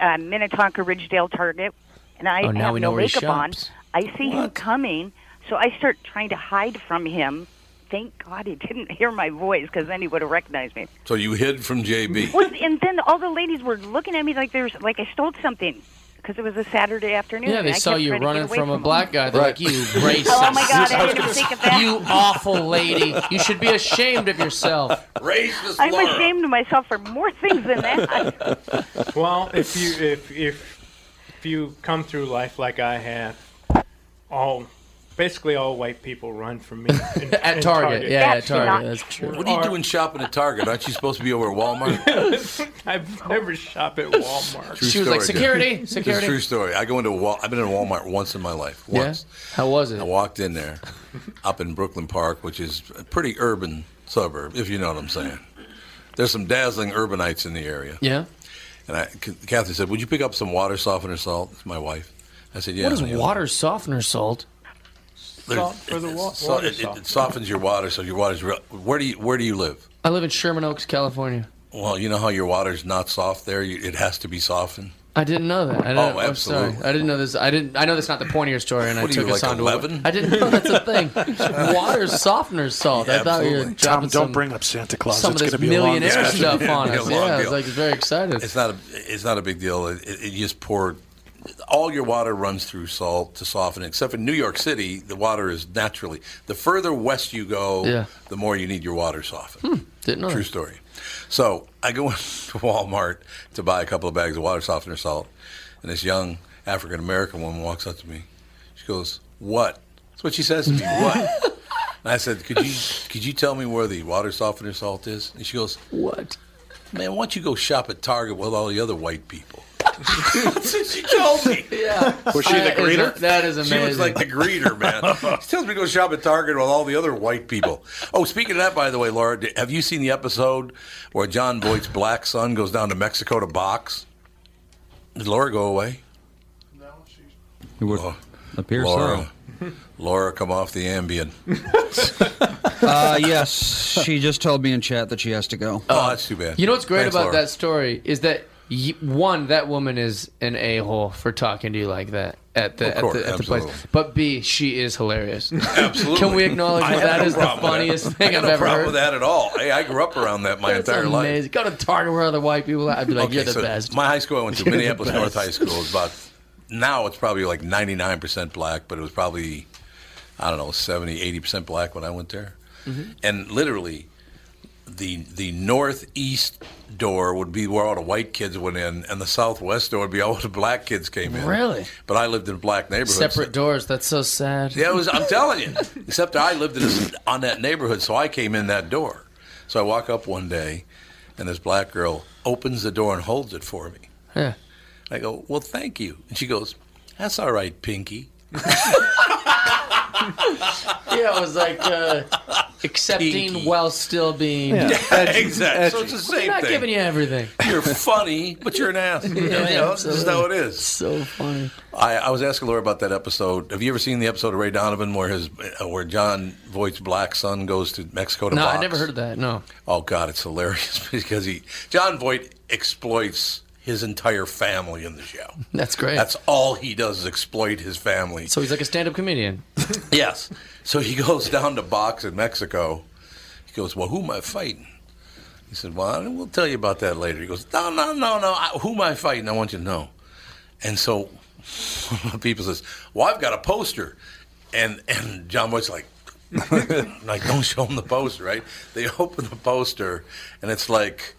uh, Minnetonka Ridgedale Target, and I
Oh, now
have
we
no
know where he
makeup on.
shops.
I see him coming, so I start trying to hide from him. Thank God he [laughs] didn't hear my voice, because then he would have recognized me.
So you hid from JB.
Well, and then all the ladies were looking at me like there's like I stole something, because it was a Saturday afternoon.
Yeah,
and
they
I
saw
kept
you
trying to get
running
away
from [laughs] a
him.
black guy. They're like, you racist.
Oh my God! I didn't even think of that.
You awful lady. You should be ashamed of yourself.
Racist
I'm ashamed of myself for more things than that.
[laughs]
Well, if you if if if you come through life like I have, all basically all white people run from me in-
At
in
Target, yeah, at That's Target, not
that's true. What are you doing shopping at Target? Aren't you supposed to be over at Walmart?
[laughs] I've never shopped at Walmart.
[laughs]
True
She was like,
story,
"Security,
dude. It's a
security."
True story. I go into Wal- I've been in Walmart once in my life.
Yeah?
Once.
How was it?
I walked in there, up in Brooklyn Park, which is a pretty urban suburb, if you know what I'm saying. There's some dazzling urbanites in the area.
Yeah.
And I, Kathy said, "Would you pick up some water softener salt?" It's my wife. I said, "Yeah."
what is
honey."
water softener salt?
There's-
Salt for the wa-
so
water
it, it,
softener.
it softens your water, so your water's real. Where do you Where do you live?
I live in Sherman Oaks, California.
Well, you know how your water's not soft there. You, it has to be softened.
I didn't know that. I
Oh,
didn't, I'm sorry.
absolutely.
I didn't know this. I didn't. I know that's not the point of your story, and I
What are
took
you,
us
like
on
11?
to. I didn't know that's a
[laughs]
thing. Water softener salt. I thought you were dropping
Absolutely.
some-
up Santa
some of this millionaire
[laughs]
stuff on us. Yeah, I was like, very excited.
It's not a it's not a big deal. It, it, it just pour all your water runs through salt to soften it. Except in New York City, the water is naturally the further west you go,
Yeah. Hmm,
the more you need your water softened.
didn't know
True
that.
story. So I go [laughs] to Walmart to buy a couple of bags of water softener salt, and this young African American woman walks up to me. She goes, "What?" That's what she says
[laughs]
to me. What? And I said, "Could you could you tell me where the water softener salt is?" And she goes,
"What?
Man, why don't you go shop at Target with all the other white people?" That's what she told me.
Yeah.
Was she the
That is
greeter?
a- that is
She was
amazing.
like the greeter,
[laughs]
man. she tells me to go shop at Target with all the other white people. Oh, speaking of that, by the way, Laura, d- have you seen the episode where John Boyd's black son goes down to Mexico to box? Did Laura go away?
It would appear so.
Laura. Laura, come off
[laughs]
the Ambien.
Uh, yes, she just told me in chat that she has to go.
Oh, that's too bad.
You know what's great
Thanks,
about
Laura.
that story is that y- one, that woman is an a hole for talking to you like that. at the
Of
at
course,
the, at the place.
absolutely.
But B, she is hilarious.
[laughs] Absolutely.
Can we acknowledge
I
that
have
that
no
is the
problem with that.
funniest thing
I have
I've
no
ever
problem
heard?
with that at all. Hey, I grew up around that my
That's
entire life.
amazing. Go to Target where other white people. are. I'd be like, you're the
so
best.
My high school I went
[laughs]
to
You're the
Minneapolis North
best.
High School is about now it's probably like 99% black, but it was probably I don't know 70, 80% black when I went there.
Mm-hmm.
Mhm.
And literally the the northeast door would be where all the white kids went in and the southwest door would be all the black kids came in.
Really?
But I lived in a black neighborhood. so-
Separate doors. That's so sad.
yeah, it was. I'm telling you. Except I lived in this, on that neighborhood, so I came in that door. So I walk up one day, and this black girl opens the door and holds it for me.
[laughs] Yeah.
I go, "Well, thank you." And she goes, "That's all right, Pinky."
yeah, it was like [laughs] uh, accepting while still being.
Yeah. exactly. So it's the
We're
same
not
thing.
giving you everything.
You're funny, but you're an ass.
[laughs]
You know, you know, it's just how it is.
So funny.
I, I was asking Laura about that episode. Have you ever seen the episode of Ray Donovan where his uh, where John Voight's black son goes to Mexico to
No,
box?
I never heard of that. No.
Oh God, it's hilarious [laughs] because he John Voight exploits his entire family in the show.
That's great.
That's all he does is exploit his family.
so he's like a stand-up comedian.
[laughs] yes. So he goes down to box in Mexico. He goes, "Well, who am I fighting?" He said, "Well, I- we'll tell you about that later." He goes, "No, no, no, no. I, who am I fighting? I want you to know." And so [laughs] one of the people says, "Well, I've got a poster," and and John Boy's like. [laughs] like don't show him the poster, right? They [laughs] open the poster, and it's like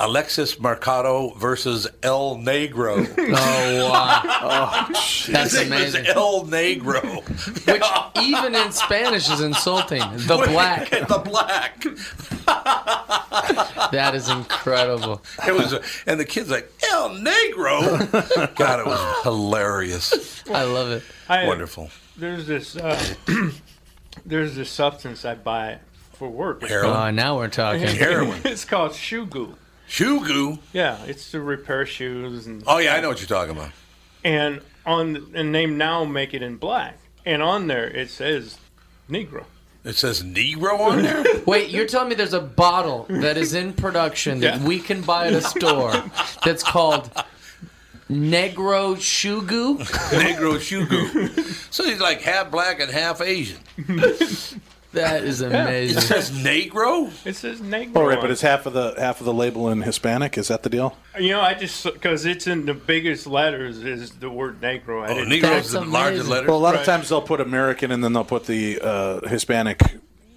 Alexis Mercado versus El Negro.
[laughs] Oh,
[laughs]
wow. Oh, That's
His name is
amazing.
El Negro.
[laughs] Which even in Spanish is
[laughs]
insulting. The black.
the black.
[laughs] That is incredible.
It was, and the kid's like
[laughs]
El Negro. God, it was hilarious.
I love it.
I-
Wonderful.
There's this uh, [clears throat] there's this substance I buy for work. It's
Heroin.
called-
Oh,
now we're talking. Heroin.
[laughs] it's called shoe goo.
Shoe goo.
Yeah, it's to repair shoes and.
Oh yeah, I know what you're talking about.
And on and they now make it in black. And on there it says Negro.
It says Negro on there.
[laughs] Wait, you're telling me there's a bottle that is in production that
Yeah.
we can buy
[laughs]
at a store that's called Negro
[laughs]
Shugu?
Negro shoe goo. So he's like half black and half Asian.
[laughs] That is
It says Negro.
It says Negro.
All right,
on
but it's half of the half of the label in Hispanic. Is that the deal?
it. you know I just because it's in the biggest letters is the word Negro.
Oh,
Oh,
I didn't-
Well, a lot of
Right.
times they'll put American and then they'll put the uh, Hispanic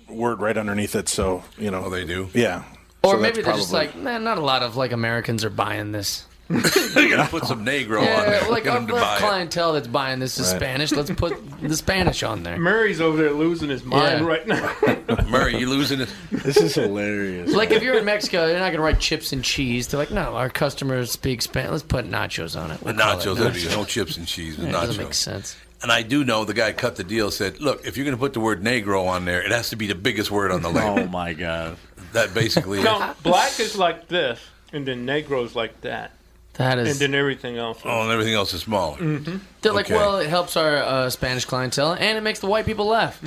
word right underneath it. So you know. Oh,
they do.
Yeah.
Or
So that's
maybe they're just
probably-
[laughs]
like, man, not a lot of like Americans are buying this.
They're gonna put some Negro on
Yeah,
there.
like
Get
our
him to buy it.
clientele that's buying this is
Right.
Spanish. Let's put the Spanish on there.
Murray's over there losing his mind
Yeah.
right now.
Murray, you losing it?
This is hilarious.
Like if you're in Mexico, they're not gonna write chips and cheese. They're like, no, our customers speak Spanish. Let's put nachos on it.
The
We'll call it
nachos, that'd be
nachos.
no chips and cheese. With
Yeah, it
nachos.
doesn't make sense.
And I do know the guy cut the deal said, "Look, if you're going to put the word negro on there, it has to be the biggest word on the label."
Oh my god!
That basically. is-
No, black is like this, and then Negro's like that.
That is-
And then everything else. is-
[laughs] Oh, and everything else is smaller. [laughs]
Mhm.
They're like,
Okay.
well, it helps our uh, Spanish clientele and it makes the white people
[laughs]
laugh.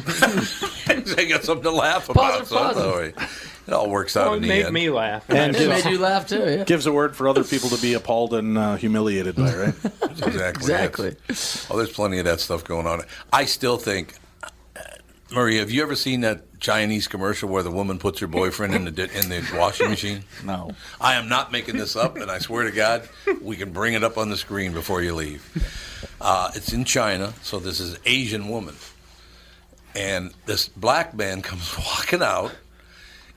they got something to laugh
Positive,
about. So it's
positive.
all right. It all works out
Well,
in
it
the
made
end.
me laugh.
And
It
[laughs]
made you laugh too. Yeah.
Gives a word for other people to be appalled and uh, humiliated by, right?
Exactly. Exactly. Oh, there's plenty of that stuff going on. I still think, Murray, have you ever seen that Chinese commercial where the woman puts her boyfriend in the di- in the washing machine?
No.
I am not making this up, and I swear to God, we can bring it up on the screen before you leave. Uh, it's in China, so this is Asian woman, and this black man [laughs] comes walking out,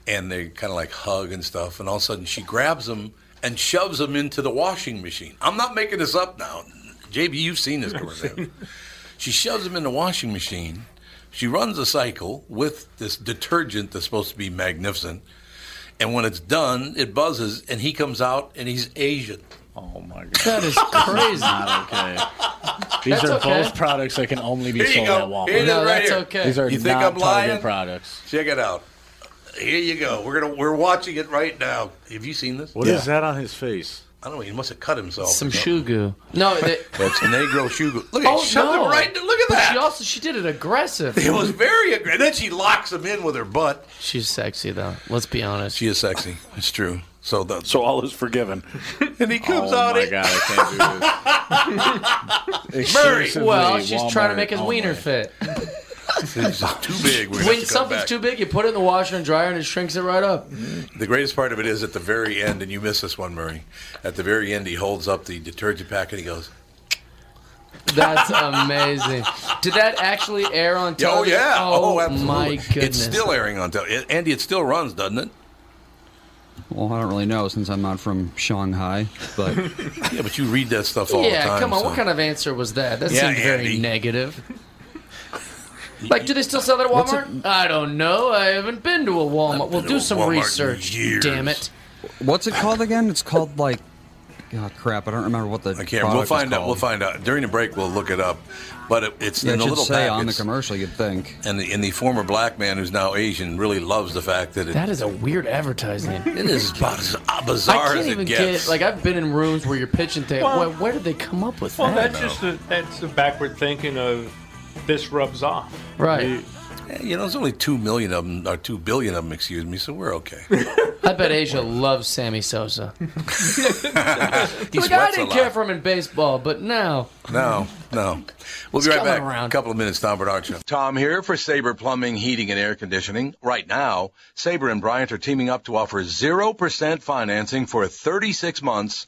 and they kind of like hug and stuff, and all of a sudden she grabs him and shoves him into the washing machine. I'm not making this up now. JB, you've seen this commercial. She shoves him in the washing machine. She runs a cycle with this detergent that's supposed to be magnificent. And when it's done, it buzzes, and he comes out and he's Asian.
Oh my god!
That
[laughs]
is crazy.
Not okay. These
That's
are
okay.
both products that can only be
Here you
sold
go.
at Walmart.
Here it is No, right that's here. okay.
okay. These are
You think
not Target
I'm lying?
products.
Check it out. Here you go. We're gonna we're watching it right now. Have you seen this?
What is that on his face?
I don't know. He must have cut himself.
Some
or
shoe
something.
goo. No, they,
That's Negro Shugo. Look at oh, shoved him right. Look at
But
that.
She also she did it aggressive.
It was very aggressive. Then she locks him in with her butt.
She's sexy though. Let's be honest.
She is sexy. It's true. So the,
so all is forgiven.
[laughs] And he comes
oh
out.
my
and-
god! I can't do this.
[laughs]
Murray.
Exclusively
Well, she's trying to
Walmart
make his
Oh
only.
wiener fit.
It's just too big.
[laughs]
We're gonna have
When
to cut
something's
back.
too big, you put it in the washer and dryer, and it shrinks it right up.
The greatest part of it is at the very end, and you miss this one, Murray. At the very end, he holds up the detergent pack and he goes,
That's amazing. Did that actually air on
"Yeah, "Oh
television?
yeah, oh, absolutely."
my goodness!
It's still airing on television. Andy, it still runs, doesn't it?
Well, I don't really know since I'm not from Shanghai, but
[laughs] yeah, but you read that stuff
yeah, come on. What kind of answer was that? That
Yeah,
seemed very negative. like, do they still sell that at
What's
Walmart? I don't know. I haven't been to a Walmart. We'll do some research. Damn it!
What's it called again? It's called like, oh crap, I don't remember what the. I
Yeah, we'll find out. We'll find out during the break. We'll look it up. But it, it's
Yeah, it
in the
should
little
say on the
packets.
commercial. You'd think.
And the, and the former black man who's now Asian really loves the fact that it,
That is a weird advertising.
[laughs] it is about as bizarre
I can't
as
even
it gets.
get like I've been in rooms where you're pitching things.
Well-
Where, where did they come up with
Well,
that?
that's just the, that's the backward thinking of this rubs off.
Right.
Yeah, you know, there's only two million of them, or two billion of them, excuse me. So we're okay.
I bet Asia loves Sammy Sosa. like I
sweats a
didn't
lot.
care for him in baseball, but now
No, no. We'll
It's
be right
coming
back. A couple of minutes, Tom Bernard Show. Tom here for Sabre Plumbing, Heating, and Air Conditioning. Right now, Sabre and Bryant are teaming up to offer 0% financing for 36 months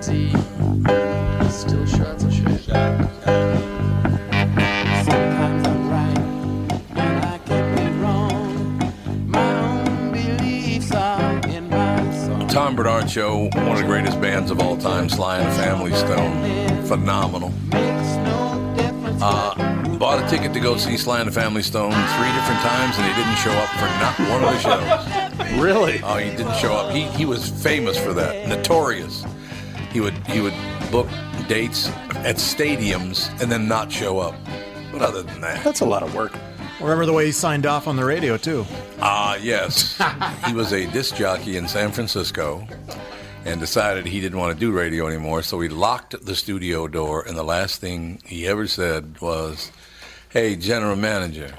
see, still shots of shit.
Sometimes I'm right, and I can be wrong. My own beliefs are in my song.
Tom Bernard Show, one of the greatest bands of all time, Sly and the Family Stone. Phenomenal. Uh, bought a ticket to go see Sly and the Family Stone three different times, and he didn't show up for not one of the
[laughs]
shows. really? Oh, he didn't show up. He, he was famous for that, notorious. He would he would book dates at stadiums and then not show up. But other than that,
That's a lot of work. Remember the way he signed off on the radio too.
Ah,
[laughs]
yes. he was a disc jockey in San Francisco and decided he didn't want to do radio anymore, so he locked the studio door. And the last thing he ever said was, Hey, general manager,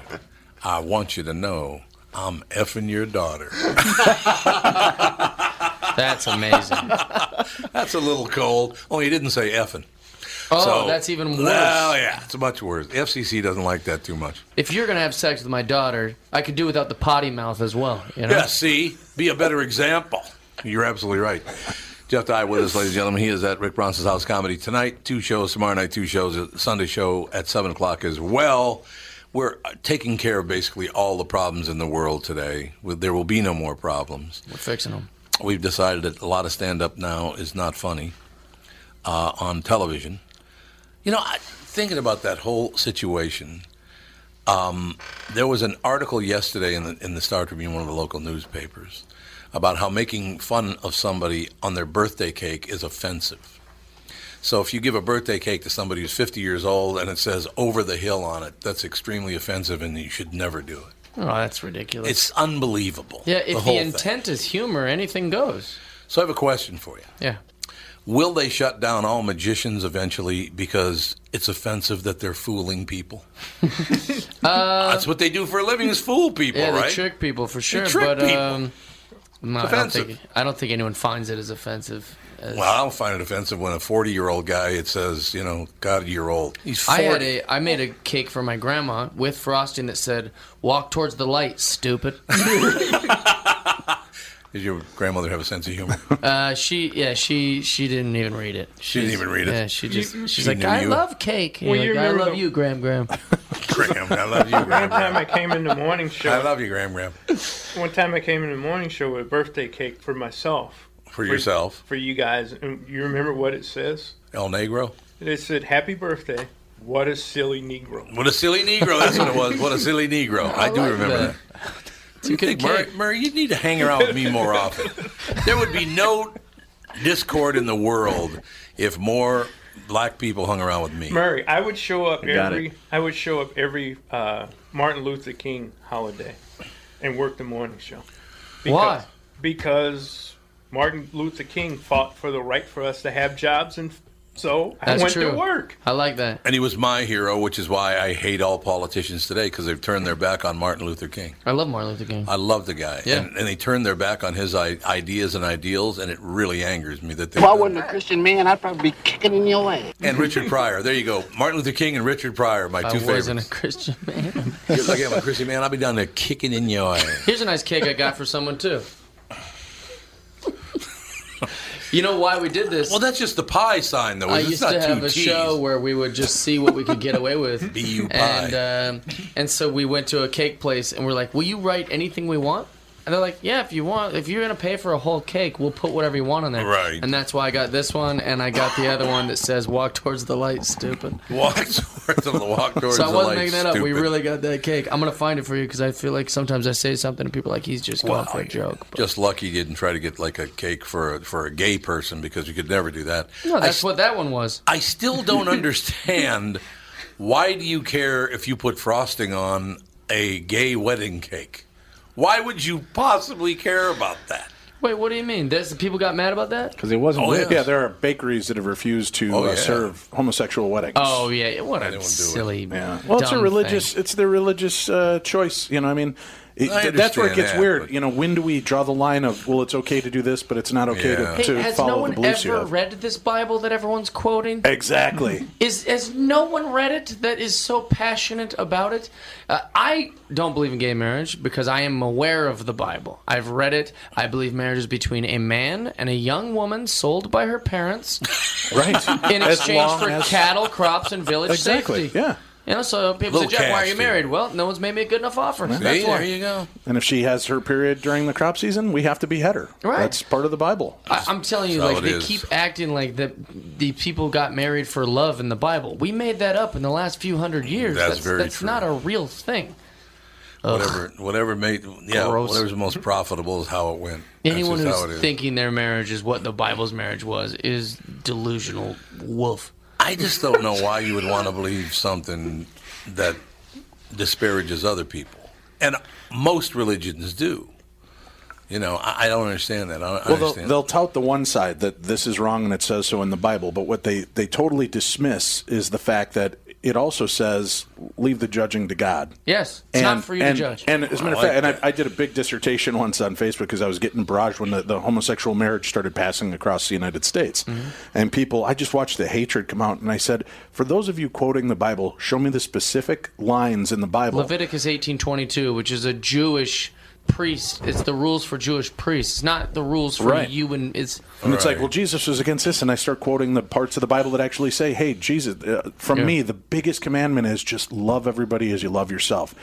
I want you to know I'm effing your daughter.
[laughs] That's amazing.
[laughs] That's a little cold. Only he didn't say effing.
Oh, that's even worse.
Well, yeah, it's much worse. FCC doesn't like that too much.
If you're gonna have sex with my daughter, I could do without the potty mouth as well. You know?
Yeah, see, be a better example. You're absolutely right. Jeff Dye with us, ladies and gentlemen. He is at Rick Bronson's House Comedy tonight. Two shows tomorrow night. Two shows. A Sunday show at seven o'clock as well. We're uh, taking care of basically all the problems in the world today. With- There will be no more problems.
We're fixing them.
Um, We've decided that a lot of stand-up now is not funny uh, on television. You know, I, thinking about that whole situation, um, there was an article yesterday in the in the Star Tribune, one of the local newspapers, about how making fun of somebody on their birthday cake is offensive. So if you give a birthday cake to somebody who's 50 years old and it says "over the hill" on it, that's extremely offensive, and you should never do it.
Oh, that's ridiculous.
It's unbelievable.
yeah,
the
if the,
whole thing.
intent is humor, anything goes.
So I have a question for you.
Yeah.
Will they shut down all magicians eventually because it's offensive that they're
[laughs]
fooling people? That's what they do for a living is fool people,
Uh, yeah,
right?
they trick people for
They
sure.
trick
but
people.
um, no,
It's
I don't think I don't think anyone finds it as offensive. As,
Well, I don't find it offensive when a 40 year old guy, it says, you know, God, you're old. He's 40.
I had a I made a cake for my grandma with
[laughs]
frosting that said "Walk towards the light, stupid."
Did your grandmother have a sense
[laughs]
of humor?
Uh, she, yeah, she, she didn't even read it.
She didn't even read it.
Yeah, she just,
You-
she's
She
like,
knew
I
you.
love cake. And
Well, you
you're like, I
remember
love
the-
you, Graham. Graham.
Graham, I love you,
One
Graham.
time I came in the morning show.
I love you, Graham Graham.
One time I came in the morning show with a birthday cake for myself.
For yourself.
For you guys. And you remember what it says?
El Negro.
It said, Happy birthday. What a silly Negro.
What a silly Negro. That's what it was. What a silly Negro.
[laughs]
I, do
like
remember that.
that.
You think, Murray, Murray, you need to hang around with me more often. There would be no discord in the world if more black people hung around with me.
Murray, I would show up
I got
every.
it.
I would show up every uh, Martin Luther King holiday, and work the morning show.
Why?
Because Martin Luther King fought for the right for us to have jobs, and so I went to work.
I like that.
And he was my hero, which is why I hate all politicians today because they've turned their back on Martin Luther King.
I love Martin Luther King.
I love the guy.
Yeah.
And, and they turned their back on his I- ideas and ideals, and it really angers me that they.
If I wasn't a Christian man, I'd probably be kicking in your ass.
And Richard Pryor. There you go. Martin Luther King and Richard Pryor, my
I
two
[laughs]
favorites.
wasn't a Christian man.
You're like, I'm a Christian man. I'll be down there kicking in your ass.
Here's a nice cake I got for someone too. You know why we did this?
Well, that's just the pie sign, though.
I
It's
used
not
to have
two
a
T's.
show where we would just see what we could get away
[laughs]
with.
B.U. pie.
And, um, and so we went to a cake place and we're like, will you write anything we want? And they're like, yeah, if you want, if you're going to pay for a whole cake, we'll put whatever you want on there.
Right.
And that's why I got this one and I got the other one that says, walk towards the light, stupid.
[laughs] Walk towards the walk
[laughs]
towards
so I
the
wasn't
light,
making that up. We
stupid.
really got that cake. I'm going to find it for you because I feel like sometimes I say something and people are like, he's just going
Well,
for a joke.
Just lucky you didn't try to get like a cake for a, for a gay person because you could never do that.
No,
I
that's what that one was.
I
[laughs]
still don't understand why do you care if you put frosting on a gay wedding cake? Why would you possibly care about that?
Wait, what do you mean? There's people got mad about that?
Because it wasn't.
Oh,
yeah.
yeah.
there are bakeries that have refused to
Oh,
uh,
yeah.
serve homosexual weddings.
Oh yeah, what a silly.
Yeah. Well, it's a
dumb
religious.
thing.
It's their religious uh, choice. You know, I mean, it,
I
th- that's where it
understand
gets
that,
weird. You know, when do we draw the line of well, it's okay to do this, but it's not okay
Yeah.
to, to
Hey, has
follow
no
the
one
beliefs you
ever
have?
read this Bible that everyone's quoting?
Exactly.
Is has no one read it that is so passionate about it? Uh, I don't believe in gay marriage because I am aware of the Bible. I've read it. I believe marriage is between a man and a young woman sold by her parents,
[laughs] right?
In
As
exchange
long
for
as-
cattle, crops, and village
Exactly,
safety.
Yeah.
You know, so people say,
Little
Jeff, why are
calf
you
stealing.
married? Well, no one's made me a good enough offer.
Yeah.
That's why.
go.
And if she has her period during the crop season, we have to behead her.
Right.
That's part of the Bible.
I, I'm telling you,
That's how
like
it
they
is.
keep acting like that the people got married for love in the Bible. We made that up in the last few hundred years.
That's very
That's
true.
not a real thing.
Whatever, whatever made, yeah,
Gross.
whatever's most profitable is how it went. That's
Anyone
just how it
who's
is.
thinking their marriage is what the Bible's marriage was is delusional wolf.
I just don't know why you would want to believe something that disparages other people, and most religions do. You know, I, I don't understand that. I, don't I
Well, they'll,
understand.
they'll tout the one side that this is wrong and it says so in the Bible, but what they, they totally dismiss is the fact that it also says leave the judging to God.
Yes, it's not for you
and,
to judge.
And as a matter of
I like
fact, and I, I did a big dissertation once on Facebook because I was getting barraged when the, the homosexual marriage started passing across the United States.
Mm-hmm.
And people, I just watched the hatred come out, and I said, for those of you quoting the Bible, show me the specific lines in the Bible.
Leviticus 18:22, which is a Jewish priest. It's the rules for Jewish priests, It's not the rules for
Right.
you and it's.
And it's like, well, Jesus was against this, and I start quoting the parts of the Bible that actually say, "Hey, Jesus, uh, from
Yeah.
me, the biggest commandment is just love everybody as you love yourself,"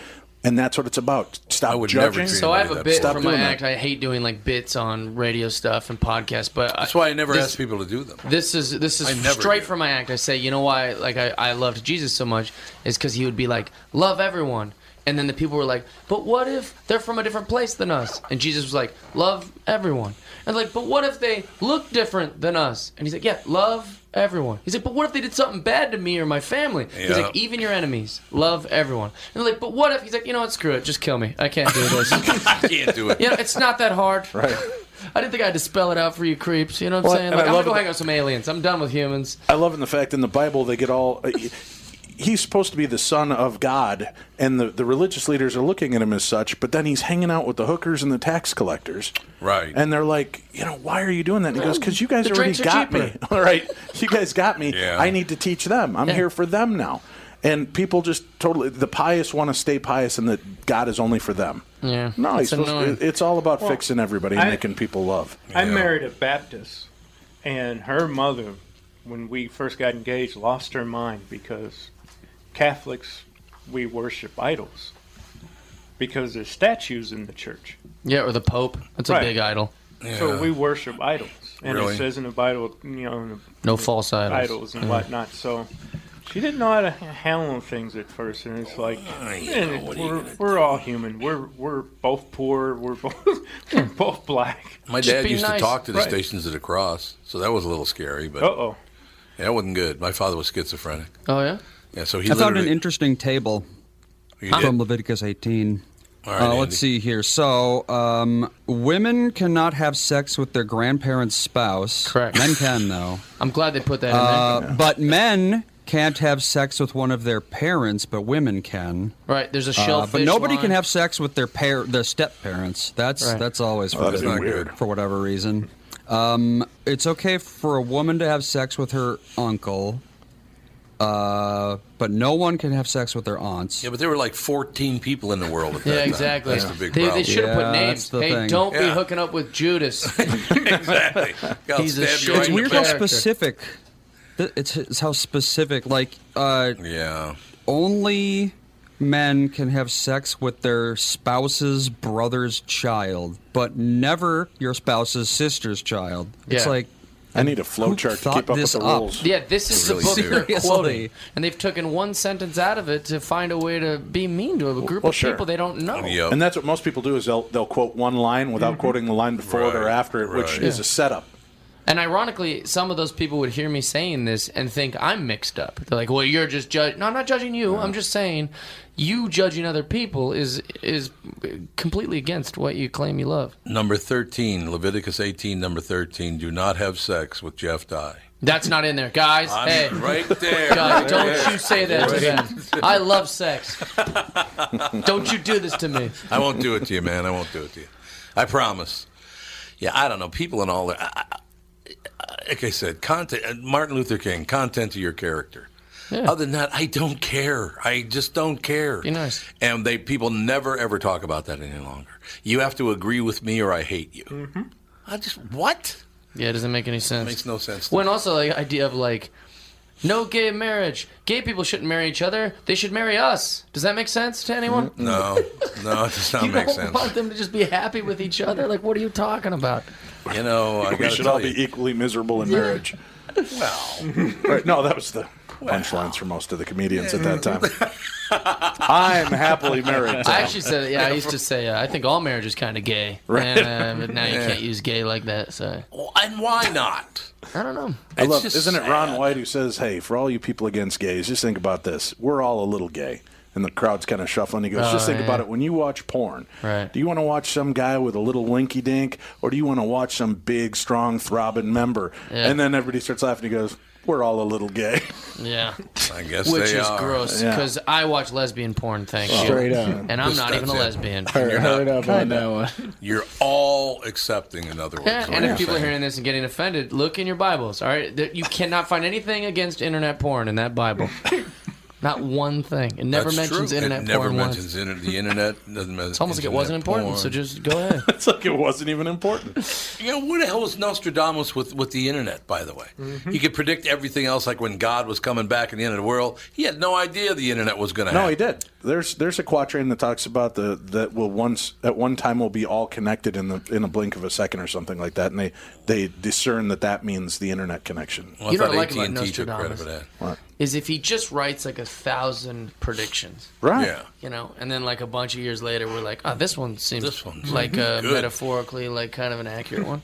and that's what it's about. Stop judging.
So I have a bit
Stop
for my
doing that.
act. I hate doing like bits on radio stuff and podcasts, but
That's why I never
this-
ask people to do them.
This is this
I
is
never
straight
do.
from my act. I say, you know why? Like I, I loved Jesus so much is because he would be like, love everyone, and then the people were like, but what if they're from a different place than us? And Jesus was like, love everyone, and like, but what if they look different than us? And he's like, yeah, love everyone. He's like, but what if they did something bad to me or my family? He's
Yeah.
like, even your enemies, love everyone. And they're like, but what if? He's like, you know what? Screw it, just kill me. I can't do this.
[laughs] I can't do it.
you know, it's not that hard.
Right.
I didn't think I had to spell it out for you creeps. You know what I'm
Well,
saying?
and
Like, I'm
I
gonna
love
go
it-
hang out with some aliens. I'm done with humans.
I love in the fact in the Bible they get all. uh, he- He's supposed to be the son of God, and the, the religious leaders are looking at him as such. But then he's hanging out with the hookers and the tax collectors,
Right.
and they're like, you know, why are you doing that? And he goes, because you guys
The
already
drinks are
got me. [laughs]
cheaper.
All right, you guys got me.
Yeah.
I need to teach them. I'm here for them now. And people just totally the pious want to stay pious, and that God is only for them.
Yeah.
Mm-hmm.
No,
It's
it's, supposed,
annoying.
it's all about
Well,
fixing everybody and
I-
making people love.
I married a Baptist, and her mother, when we first got engaged, lost her mind because Catholics, we worship idols because there's statues in the church.
Yeah, or the Pope. That's
Right.
a big idol.
So we worship idols. And
Really?
it says in the Bible, you know, in the-
No false idols.
idols and
Yeah.
whatnot. So she didn't know how to handle things at first, and it's like, man, we're, we're all human. We're we're both poor. We're both [laughs] we're both black.
My dad used to talk to the stations of the cross, so that was a little scary. But
Uh-oh.
yeah, that wasn't good. My father was schizophrenic.
Oh yeah.
Yeah, so he
I found an
literally- Oh,
interesting table
You did?
from Leviticus 18.
All right,
uh,
Andy.
let's see here. So, um, women cannot have sex with their grandparents' spouse. Correct. Men can though.
[laughs] I'm glad they put that
Uh,
in there.
But men can't have sex with one of their parents, but women can.
Right. There's a
Uh,
shellfish.
but nobody
line.
can have sex with their par- their step parents. That's
Right.
that's always
Oh, that'd be
forbidden
weird.
for whatever reason. Um, it's okay for a woman to have sex with her uncle, uh, but no one can have sex with their aunts.
Yeah, but there were like 14 people in the world at
[laughs]
that
Yeah,
time.
exactly.
That's the big
they
problem.
they should have put names. Hey, don't be
Yeah.
hooking up with Judas.
[laughs] exactly. I'll
He's a
stab you
shit
right
it's
in the
weird how
back.
specific. th- It's, it's how specific. Like, uh,
yeah,
only men can have sex with their spouse's brother's child, but never your spouse's sister's child. It's
Yeah.
like
I need a flow
who
chart to
thought
keep up with
this
the rules.
Yeah, this is
Really
the book they're
seriously.
quoting, and they've taken one sentence out of it to find a way to be mean to a group
Well,
of
sure.
people they don't know.
And that's what most people do is they'll they'll quote one line without
Mm-hmm.
quoting the line before it or after it, which
right.
is
Yeah.
a setup.
And ironically, some of those people would hear me saying this and think I'm mixed up. They're like, "Well, you're just judge." No, I'm not judging you. I'm just saying, you judging other people is is completely against what you claim you love.
Number 13, Leviticus 18, number 13. Do not have sex with Jeff Dye.
That's not in there, guys.
I'm
hey,
right there,
God,
right
don't
there.
you say that to
Right.
them. I love sex. [laughs] don't you do this to me.
I won't do it to you, man. I won't do it to you. I promise. Yeah, I don't know. People and all that. I, I- like I said, content. uh, Martin Luther King, content to your character. Other than that, I don't care. I just don't care. Be
nice.
And they people never ever talk about that any longer. You have to agree with me, or I hate you. Mm-hmm. I just what?
Yeah, it doesn't make any sense.
makes no sense.
When also the idea of like, no gay marriage. Gay people shouldn't marry each other. They should marry us. Does that make sense to anyone?
No, [laughs] no, it does not
you
make
don't
sense.
want them to just be happy with each other. Like, what are you talking about?
You know, I
we
gotta
should
tell
all
you.
be equally miserable in
Yeah.
marriage. Well, right, no, that was the punchlines for most of the comedians at that
[laughs]
time. I'm happily married. Tom.
I actually said, yeah, I used to say, uh, I think all marriage is kind of
[laughs]
gay.
Right.
And, uh, but now you
Yeah.
can't use gay like that. So
And why not?
I don't know.
I love, isn't it Ron White who says, "Hey, for all you people against gays, just think about this: we're all a little gay." And the crowd's kind of shuffling. He goes,
Oh,
"Just think
yeah.
about it. When you watch porn,
Right.
do you want to watch some guy with a little winky dink, or do you want to watch some big, strong, throbbing member?"
Yeah.
And then everybody starts laughing. He goes, "We're all a little gay."
Yeah.
I guess
Which
they
is
are.
gross
Yeah.
because I watch lesbian porn. Thank you.
Straight up.
And I'm
Just
not even a
that's it.
lesbian.
You're
Heard
not-
up on that one.
You're all accepting, in other words.
Yeah,
is
[laughs]
what
and
you're
if people are
saying.
hearing this and getting offended, look in your Bibles. All right, There- you cannot find anything against internet porn in that
[laughs]
Bible. Not one thing. It never
That's
mentions
true.
internet
It never
porn
mentions inter- the internet. Doesn't mention
It's almost like it wasn't important, so just go
[laughs]
ahead.
it's like it wasn't even important.
You know, where the hell was Nostradamus with, with the internet, by the way?
Mm-hmm.
He could predict everything else, like when God was coming back in the end of the world. He had no idea the internet was going to
No,
happen.
he did. There's there's a quatrain that talks about the that will once at one time will be all connected in the in a blink of a second or something like that, and they they discern that that means the internet connection.
Well, I
You know
thought
what I like about
AT&T took credit
Nostradamus?
for that.
What?
Is if he just writes like a thousand predictions,
Right. Yeah.
You know, and then like a bunch of years later, we're like, oh, this one seems
This one's
like uh,
good.
metaphorically like kind of an accurate one.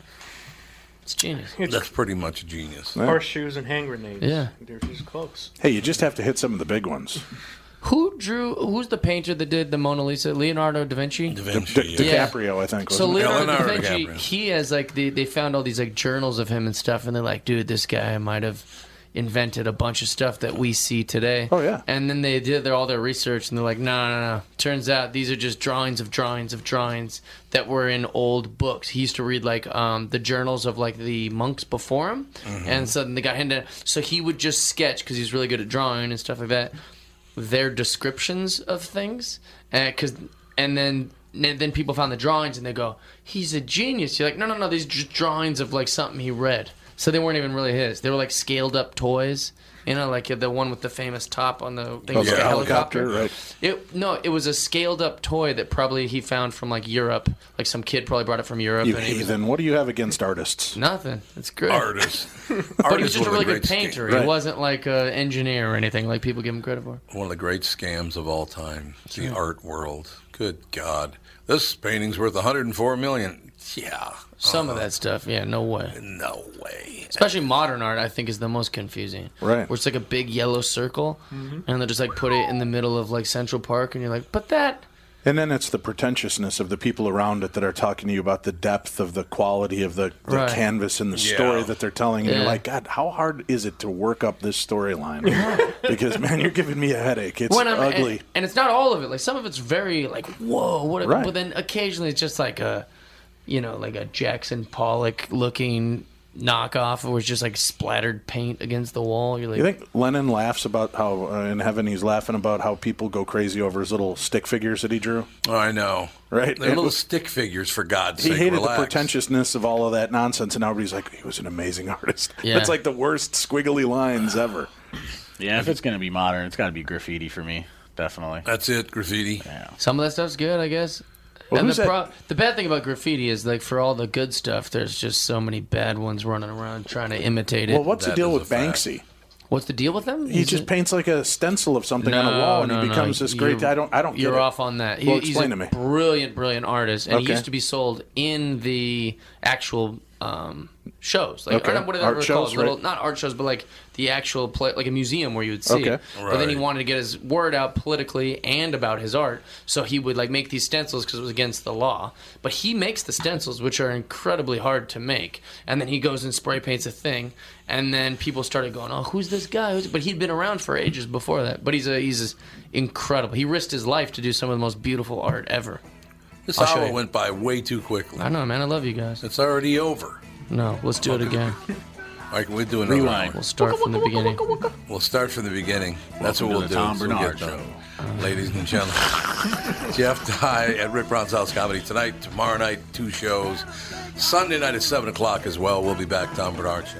It's genius.
That's pretty much genius.
Horseshoes and hand grenades.
Yeah.
They're just close.
Hey, you just have to hit some of the big ones.
Who drew? Who's the painter that did the Mona Lisa? Leonardo da Vinci. Da
Vinci, Di-
yeah. DiCaprio, I think,
So
wasn't it?
Leonardo,
Yeah, Leonardo
da Vinci,
DiCaprio.
he has like they, they found all these like journals of him and stuff, and they're like, dude, this guy might have invented a bunch of stuff that we see today. Oh yeah. And then they did their, all their research, and they're like, no, no, no. Turns out these are just drawings of drawings of drawings that were in old books. He used to read like um, the journals of like the monks before him,
Mm-hmm.
Mhm.
and so then they got him to. So he would just sketch because he's really good at drawing eh, and stuff like that their descriptions of things and cause, and then n- then people found the drawings and they go, he's a genius. You're like, no, no, no, these just drawings of like something he read. So they weren't even really his. They were like scaled up toys. You know, like the one with the famous top on the thing
Oh,
like
the
a helicopter.
helicopter, right.
It no, it was a scaled up toy that probably he found from like Europe. Like some kid probably brought it from Europe.
You
and he was-
heathen. What do you have against artists?
Nothing. It's great.
Artists.
[laughs] but he was
Artists
just
were
a
the
really
great
good
sca-
painter.
Right.
He wasn't like an engineer or anything like people give him credit for.
One of the great scams of all time, the art world. Good God, this painting's worth 104 million. Yeah, Uh-huh.
Some of that stuff, yeah, no way.
No way.
Especially modern art, I think, is the most confusing.
Right.
Where it's like a big yellow circle,
Mm-hmm.
Mhm.
and they just like put it in the middle of like Central Park, and you're like, but that.
And then it's the pretentiousness of the people around it that are talking to you about the depth of the quality of the, the
Right.
canvas and the
Yeah.
story that they're telling. And
Yeah.
you're like, God, how hard is it to work up this
[laughs]
storyline? because, man, you're giving me a headache. It's
When I'm- and-
ugly.
And, it's not all of it. Like some of it's very like, whoa, what? A,
Right.
But then occasionally it's just like a, you know, like a Jackson Pollock looking knockoff, where it's just like splattered paint against the wall. You're like,
you think Lennon laughs about how, uh, in heaven, he's laughing about how people go crazy over his little stick figures that he drew?
Oh, I know.
Right?
They're
It
little
was-
stick figures, for God's
He
sake.
hated
relax.
the pretentiousness of all of that nonsense, and everybody's like, he was an amazing [laughs] artist.
Yeah.
That's like the worst squiggly lines ever.
Yeah, if it's gonna be modern, it's got to be graffiti for me, definitely.
That's it, graffiti.
Yeah.
Some of that stuff's good, I guess.
Well,
and
who's
the,
that-
pro- the bad thing about graffiti is, like, for all the good stuff, there's just so many bad ones running around trying to imitate it.
Well, what's the deal with Banksy?
What's the deal with them?
He just paints like a stencil of something on a wall, and he becomes this great. I don't. I don't.
You're
get it.
off on that. He-
Well,
he's
explain
a
to me.
Brilliant, brilliant artist, and he
Okay.
used to be sold in the actual um, shows, like
Okay.
or not, whatever
Art
it's called,
shows,
little,
right?
not art shows, but like the actual play, like a museum where you would see.
Okay.
It. But then he
Right.
wanted to get his word out politically and about his art, so he would like make these stencils because it was against the law. But he makes the stencils, which are incredibly hard to make, and then he goes and spray paints a thing, and then people started going, "Oh, who's this guy?" Who's-" But he'd been around for ages before that. But he's a he's incredible. He risked his life to do some of the most beautiful art ever.
This
I'll show
hour
you.
went by way too quickly.
I know, man. I love you guys.
It's already over.
No, let's do it again.
All right, we'll do another
Rewind.
hour.
We'll start from the beginning.
We'll start from the beginning. That's
Welcome
what
to
we'll
the
do.
Tom
So we'll
Bernard
get done. Ladies and gentlemen, [laughs] Jeff Dye at Rick Brown's House Comedy tonight, tomorrow night, two shows. Sunday night at 7 o'clock as well. We'll be back, Tom Bernard Show.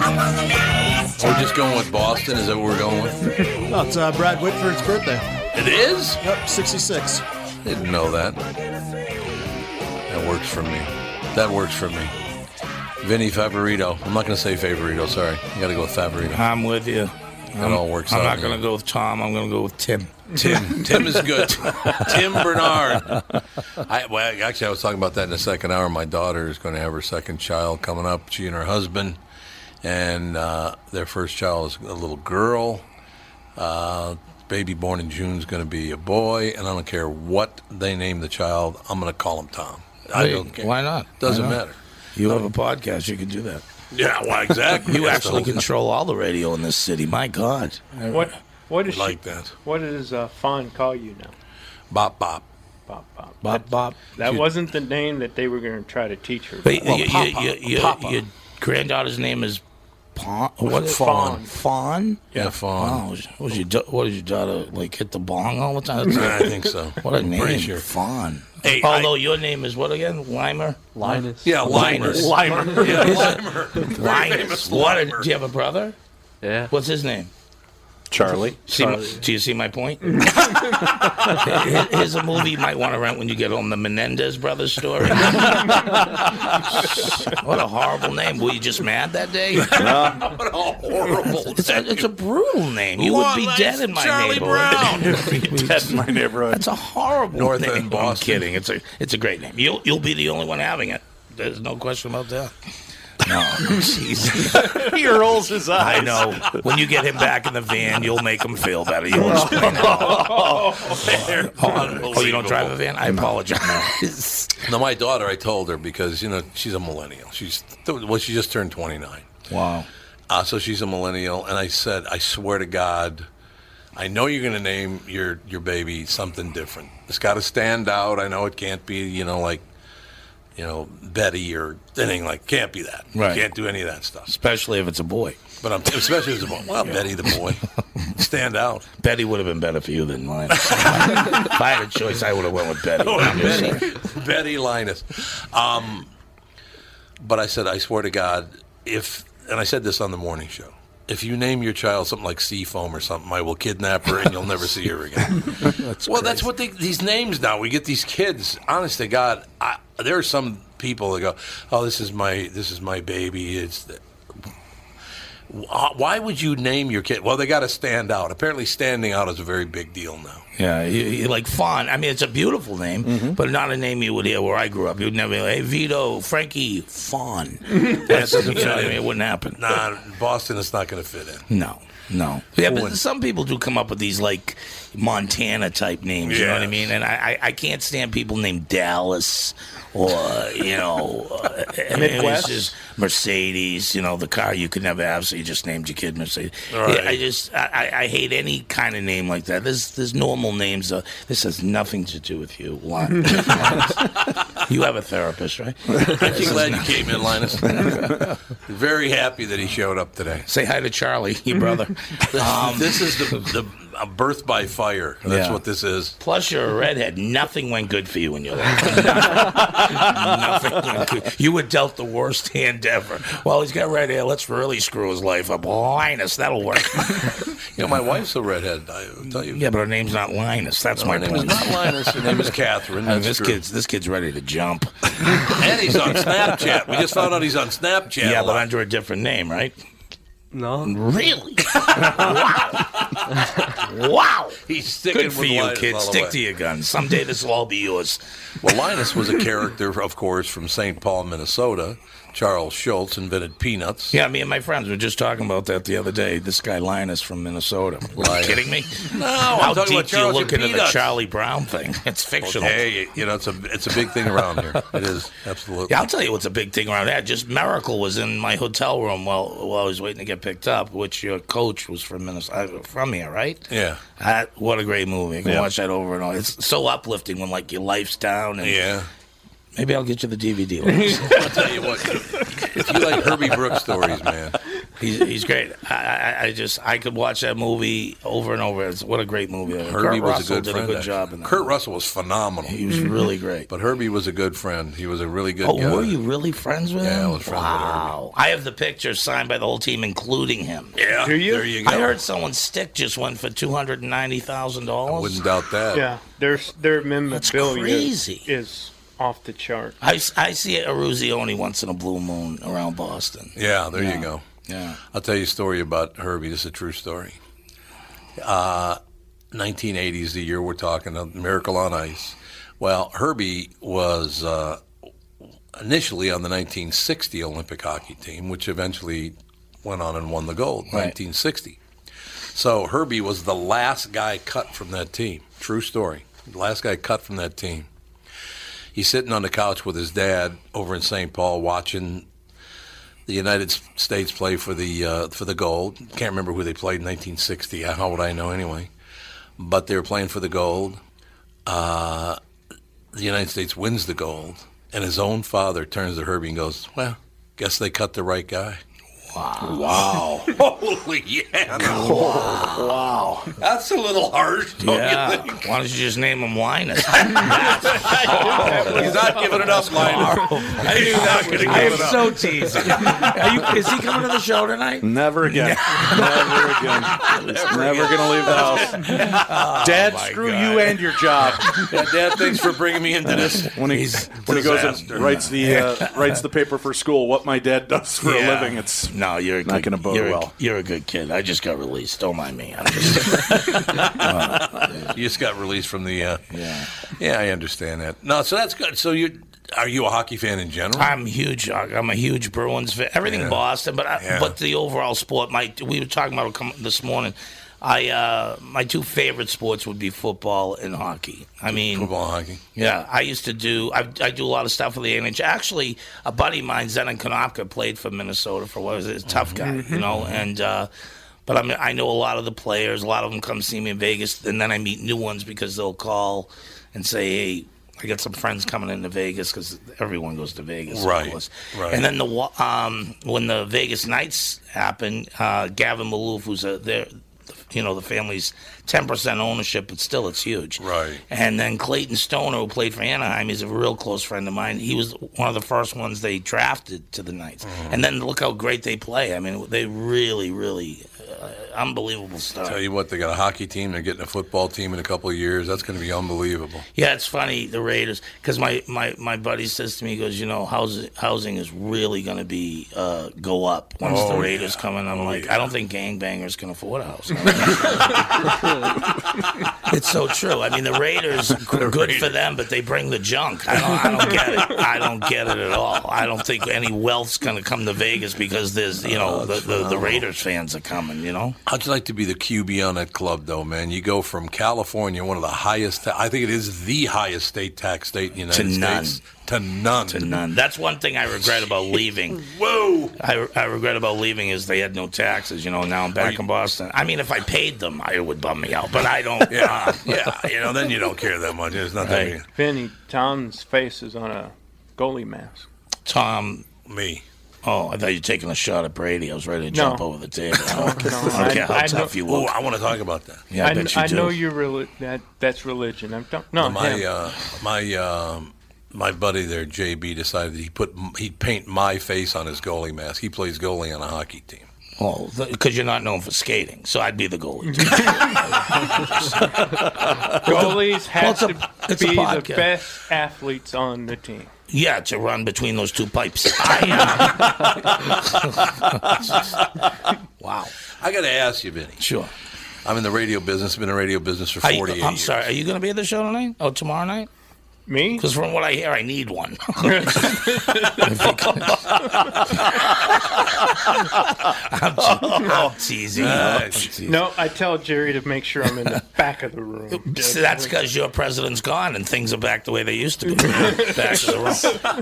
We're just going with Boston. Is that what we're going with?
No, it's uh, Brad Whitford's birthday.
It is?
Yep, 66.
Didn't know that. That works for me. That works for me. Vinny Favorito. I'm not going to say Favorito. Sorry, you got to go with Favorito.
I'm with you. I'm-
all works
I'm
out
not
in the
going to go with Tom. I'm going to go with Tim. [laughs]
Tim. Tim is [laughs] good. Tim Bernard. I, well, actually, I was talking about that in the second hour. My daughter is going to have her second child coming up. She and her husband, and uh, their first child is a little girl. Uh, baby born in June is going to be a boy, and I don't care what they name the child. I'm going to call him Tom. I
Wait,
don't care.
Why not?
Doesn't
Why not?
matter.
You have a podcast. You can do that.
Yeah, well, exactly.
you
That's
actually
the whole-
control all the radio in this city. My God.
What what is
Like
she,
that.
What does uh, Fawn call you now?
Bop bop.
Bop bop.
Bop bop.
That
You-
wasn't the name that they were going to try to teach her.
But y- y- y- y- your granddaughter's name is Pon. What
Fawn.
Fawn. Oh.
Yeah,
Fawn. Wow. Was your da- what is your daughter like? Hit the bong all the time.
[laughs] I think so.
What a
I'm
name.
pretty sure.
Fawn.
Hey,
Although Oh, your name is what again? Limer.
Linus.
Yeah,
[laughs]
Linus. Limer. Yeah,
Is it-
Limer. Very
Linus.
famous
What? a-
Limer.
do you have a brother?
Yeah.
What's his name?
[laughs]
Charlie.
See my-
Charlie.
do you see my [laughs] point? Here's a movie you might want to rent when you get home: The Menendez Brothers story. [laughs] what a horrible name! Were you just mad that day? [laughs]
what a horrible.
It's a, it's a brutal name. You would be
Lawless
dead in my
Charlie
[laughs] neighborhood.
Brown.
You'd be dead in my neighborhood. That's a horrible North name. End I'm kidding. It's a it's a great name. You'll you'll be the only one having it. There's no question about that. No, [laughs] jeez.
he rolls his eyes.
I know. When you get him back in the van, you'll make him feel better. You'll
[laughs]
explain it. Oh, you don't drive a van? I
[laughs]
apologize.
No, my daughter, I told her because you know she's a millennial. She's well, she just turned twenty nine.
Wow.
Uh, so she's a millennial, and I said, I swear to God, I know you're going to name your your baby something different. It's got to stand out. I know it can't be, you know, like, you know, Betty or anything like. Can't be that.
Right.
Can't do any of that stuff.
Especially if it's a boy.
But I'm especially as a boy. Well, Betty the
[laughs]
boy, stand out.
Betty would have been better for you than mine. if I had a choice, I would have went with Betty.
Oh,
I'm just saying.
Betty, Betty Linus. Um, but I said, I swear to God, if and I said this on the morning show, if you name your child something like Seafoam or something, I will kidnap her and you'll never see her
[laughs]
again. well, that's what they, these names now. We get these kids. Honest to God, I, there are some people that go, "Oh, this is my this is my baby." It's the, Wh- why would you name your kid? Well, they got to stand out. Apparently, standing out is a very big deal now.
Yeah, you, you like Fawn. I mean, it's a beautiful name,
Mm-hmm.
but not a name you would hear where I grew up. You'd never, hey, Vito, Frankie,
[laughs]
Fawn. That's, you know, what I mean, it wouldn't happen.
Nah, in Boston, it's not going to fit in.
No, no. Yeah, but some people do come up with these like Montana type names. You know what I
Yes.
mean? And I, I, I can't stand people named Dallas or you know, uh, I mean, it's
Midwest?
just Mercedes. You know, the car you could never have, so you just named your kid Mercedes.
Right.
Yeah, I just I, I, I hate any kind of name like that. There's there's normal names. Uh, this has nothing to do with you. Lon- you have a therapist, right?
Aren't you glad you came in, Linus?
[laughs]
Very happy that he showed up today.
Say hi to Charlie, your
[laughs]
brother. Um,
this is the, the a birth by fire. That's
Yeah.
what this is.
Plus, you're a redhead. Nothing went good for you in your
[laughs]
life. Nothing went good. You were dealt the worst hand ever. Well, he's got red hair. Let's really screw his life up. Linus, that'll [laughs] work.
You know, my wife's a redhead. I tell you.
yeah, but her name's not Linus. That's
No,
my
her name
point.
is not Linus. Her
[laughs]
name is Catherine.
I mean,
That's
this
true.
kid's this kid's ready to jump.
And
[laughs]
he's on Snapchat. We just found out he's on Snapchat.
Yeah,
a
but
lot.
under a different name, right?
No.
Really? wow! wow!
he's sticking
Good for
with
you,
Linus
kid.
all the
Stick
way.
to your guns. Someday this will all be yours.
Well, Linus was a character, of course, from St. Paul, Minnesota. Charles Schultz invented peanuts.
Yeah, me and my friends were just talking about that the other day. This guy Linus from Minnesota. Are you
Linus.
kidding me?
No,
How
I'm talking
deep
about
do you
Charles
look
and
into the
Peanuts.
Charlie Brown thing? It's fictional.
Hey, you know it's a it's a big thing around here. It is absolutely.
Yeah, I'll tell you what's a big thing around that. Just Miracle was in my hotel room while while I was waiting to get picked up, which your coach was from Minnesota, from here, right?
Yeah.
I, what a great movie! You can
Yeah.
watch that over and over. It's so uplifting when like your life's down and
Yeah.
Maybe I'll get you the
[laughs]
DVD. Lewis.
I'll tell you what. If you like Herbie Brooks stories, man,
he's, he's great. I, I, I just I could watch that movie over and over. It's, what a great movie!
Herbie
Kurt
was
Russell
a good
did
friend.
a good
actually.
job. In that
Kurt
movie.
Russell was phenomenal.
he was really great.
But Herbie was a good friend. He was a really good
Oh,
guy.
were you really friends with him?
Yeah, I was friends with Herbie.
wow. I have the picture signed by the whole team, including him.
Yeah.
Do you?
There you go.
I heard someone's stick just went for two hundred and ninety thousand dollars.
Wouldn't doubt that.
Yeah, their their memorabilia
crazy.
is off the chart.
I, s- I see a Ruzioni once in a blue moon around Boston.
Yeah, there you go.
Yeah.
I'll tell you a story about Herbie. This is a true story. Uh, 1980s, the year we're talking, of Miracle on Ice. Well, Herbie was uh, initially on the 1960 Olympic hockey team, which eventually went on and won the gold.
Right.
1960. So Herbie was the last guy cut from that team. True story. The last guy cut from that team. He's sitting on the couch with his dad over in St. Paul watching the United States play for the uh, for the gold. Can't remember who they played in 1960. How would I know anyway? But they were playing for the gold. Uh, the United States wins the gold, and his own father turns to Herbie and goes, "Well, guess they cut the right guy." Wow!
[laughs]
Wow! Holy yeah!
Wow.
That's a little harsh, don't
yeah.
you think?
Why don't you just name
[laughs]
him Linus?
He's not giving it up, Linus.
[laughs]
He's not going to give
I
it
am
up.
so teased. Are you, is he coming to the show tonight?
Never
[laughs]
again. Never again. He's never going to leave the house.
[laughs]
Dad, screw you and your job.
Oh, Yeah, Dad, thanks for bringing me into this.
When he,
[laughs]
when he goes and
disaster.
writes the
[laughs]
uh, writes the paper for school, what my dad does for
Yeah.
a living, it's
no, you're a
not
good-
going to bode
you're a-
well.
you're a good kid. I just got released. Don't mind me. I'm just
[laughs] you just got released from the. Uh, yeah. Yeah, I understand that. No, so that's good. So you are you a hockey fan in general?
I'm huge. I'm a huge Bruins fan. Everything
Yeah.
Boston, but I,
Yeah.
but the overall sport. My we were talking about it com- this morning. I uh, my two favorite sports would be football and hockey. I mean
football and hockey.
Yeah, I used to do. I, I do a lot of stuff for the NHL. Actually, a buddy of mine, Zenon Konopka, played for Minnesota for what was it? A tough guy,
Mm-hmm.
you know. And uh, but I mean, I know a lot of the players. A lot of them come see me in Vegas, and then I meet new ones because they'll call and say, "Hey, I got some friends coming into Vegas because everyone goes to Vegas, of
Right,
course.
right.
And then the wa- um, when the Vegas Knights happened, uh, Gavin Maloof, who's a, their, you know, the family's ten percent ownership, but still it's huge. Right. And then Clayton Stoner, who played for Anaheim, is a real close friend of mine. He was one of the first ones they drafted to the Knights.
Mm-hmm.
And then look how great they play. I mean, they really, really uh, unbelievable stuff.
Tell you what, they got a hockey team. They're getting a football team in a couple of years. That's going to be unbelievable.
Yeah, it's funny the Raiders because my, my my buddy says to me, he goes, you know, housing housing is really going to be uh, go up once
Oh,
the Raiders come in. I'm like, I don't think gangbangers can afford a house. it's so true. I mean, the Raiders, good for them, but they bring the junk. I don't, I don't get it. I don't get it at all. I don't think any wealth's going to come to Vegas because there's you know the, the, the Raiders fans are coming. You know.
Oh, How'd you like to be the QB on that club, though, man? You go from California, one of the highest, ta- I think it is the highest state tax state in the United
To none.
States, to none. To
none. That's one thing I regret
[laughs]
about leaving. Whoa! I, I regret about leaving is they had no taxes. You know, now I'm back in Boston. I mean, if I paid them, I, it would bum me out, but
[laughs]
I don't.
yeah, yeah. You know, then you don't care that
[laughs]
much. There's nothing.
Right.
Vinny, Tom's face is on a goalie mask.
Tom.
Me.
Oh, I thought you were taking a shot at Brady. I was ready to jump
No. [laughs]
over the table.
No,
I don't
no,
care
I-
how
I
tough
know-
you look.
Ooh, I
wanna talk about that.
Yeah, I,
I,
bet you
I
do.
know you're reli- that. That's religion. I'm talking. No,
my
him.
uh, my um, my buddy there, JB, decided he put he'd paint my face on his goalie mask. He plays goalie on a hockey team.
Oh, because you're not known for skating, so I'd be the goalie.
[laughs]
[laughs] uh, [laughs]
goalies have
Well,
to
it's a
be the
podcast.
best athletes on the team.
Yeah, to run between those two pipes. wow.
I got to ask you, Vinny.
Sure.
I'm in the radio business. Been in the radio business for
Are you-
48
I'm
years.
sorry. Are you going to be at the show tonight? Oh, tomorrow night?
Me?
Because from what I hear, I need one. I'm, te- I'm teasing. I'm teasing.
No, I tell Jerry to make sure I'm in
[laughs]
the back of the room.
So that's because your president's gone and things are back the way they used to be. back to the room.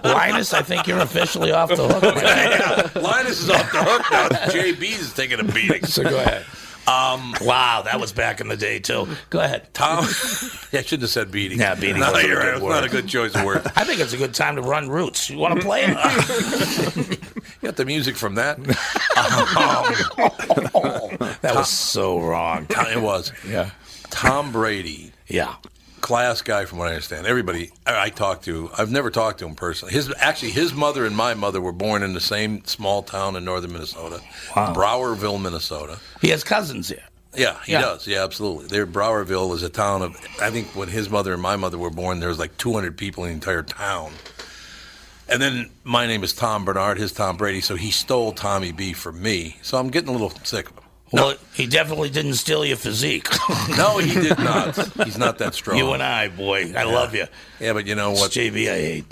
Linus, I think you're officially off the hook.
[laughs] Linus is off the hook now. JB's taking a beating.
So go ahead. Um, wow, that was back in the day too. Go ahead,
Tom. [laughs] I shouldn't have said beating.
Yeah, beating.
No,
wasn't a
you're
good
right. It's
word.
not a good choice of words.
I think it's a good time to run roots. You want to
[laughs]
play [laughs] it?
You got the music
[laughs]
from that.
"Oh, that was so wrong.
[laughs] It was.
Yeah.
Tom Brady.
Yeah.
Class guy, from what I understand. Everybody I I talked to, I've never talked to him personally. His actually, his mother and my mother were born in the same small town in northern Minnesota,
Wow.
Browerville, Minnesota.
He has cousins here.
Yeah, he
Yeah.
does. Yeah, absolutely. There, Browerville is a town of. I think when his mother and my mother were born, there was like 200 people in the entire town. And then my name is Tom Bernard. His Tom Brady. So he stole Tommy B from me. So I'm getting a little sick of him.
Well, he definitely didn't steal your
[laughs]
physique.
No, he did not. He's not that strong.
You and I, boy, I
Yeah.
love you.
Yeah, but you know
It's
what?
JB, I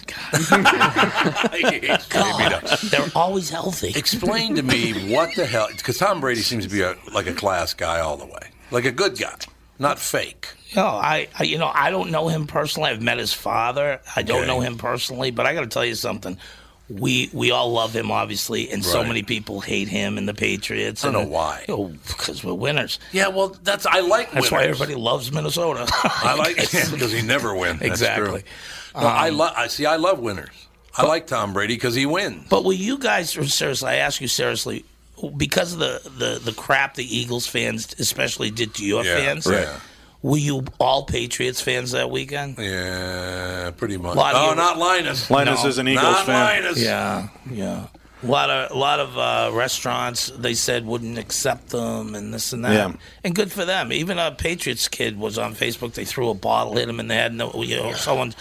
hate. [laughs]
[laughs]
they're always healthy.
Explain to me what the hell? Because Tom Brady seems to be a, like a class guy all the way, like a good guy, not fake.
No, I, I you know I don't know him personally. I've met his father. I don't
Okay.
know him personally, but I got to tell you something. We we all love him, obviously, and so
Right.
many people hate him and the Patriots.
I don't
and-
know why.
Oh, because we're winners.
Yeah, well, that's I like.
That's why
winners.
everybody loves Minnesota.
[laughs] I like because he never wins.
Exactly.
No, I
Um,
love. I see. I love winners. I like Tom Brady because he wins.
But will you guys seriously? I ask you seriously because of the the, the crap the Eagles fans, especially, did to your
Yeah,
fans.
right.
Were you all Patriots fans that weekend?
Yeah, pretty much.
Lot of
Oh,
you-
not Linus.
Linus
No.
is an Eagles
Not
fan.
Linus. Yeah, yeah. A lot of a lot of uh, restaurants they said wouldn't accept them and this and that.
Yeah.
And good for them. Even a Patriots kid was on Facebook. They threw a bottle at him and they had no. You know, someone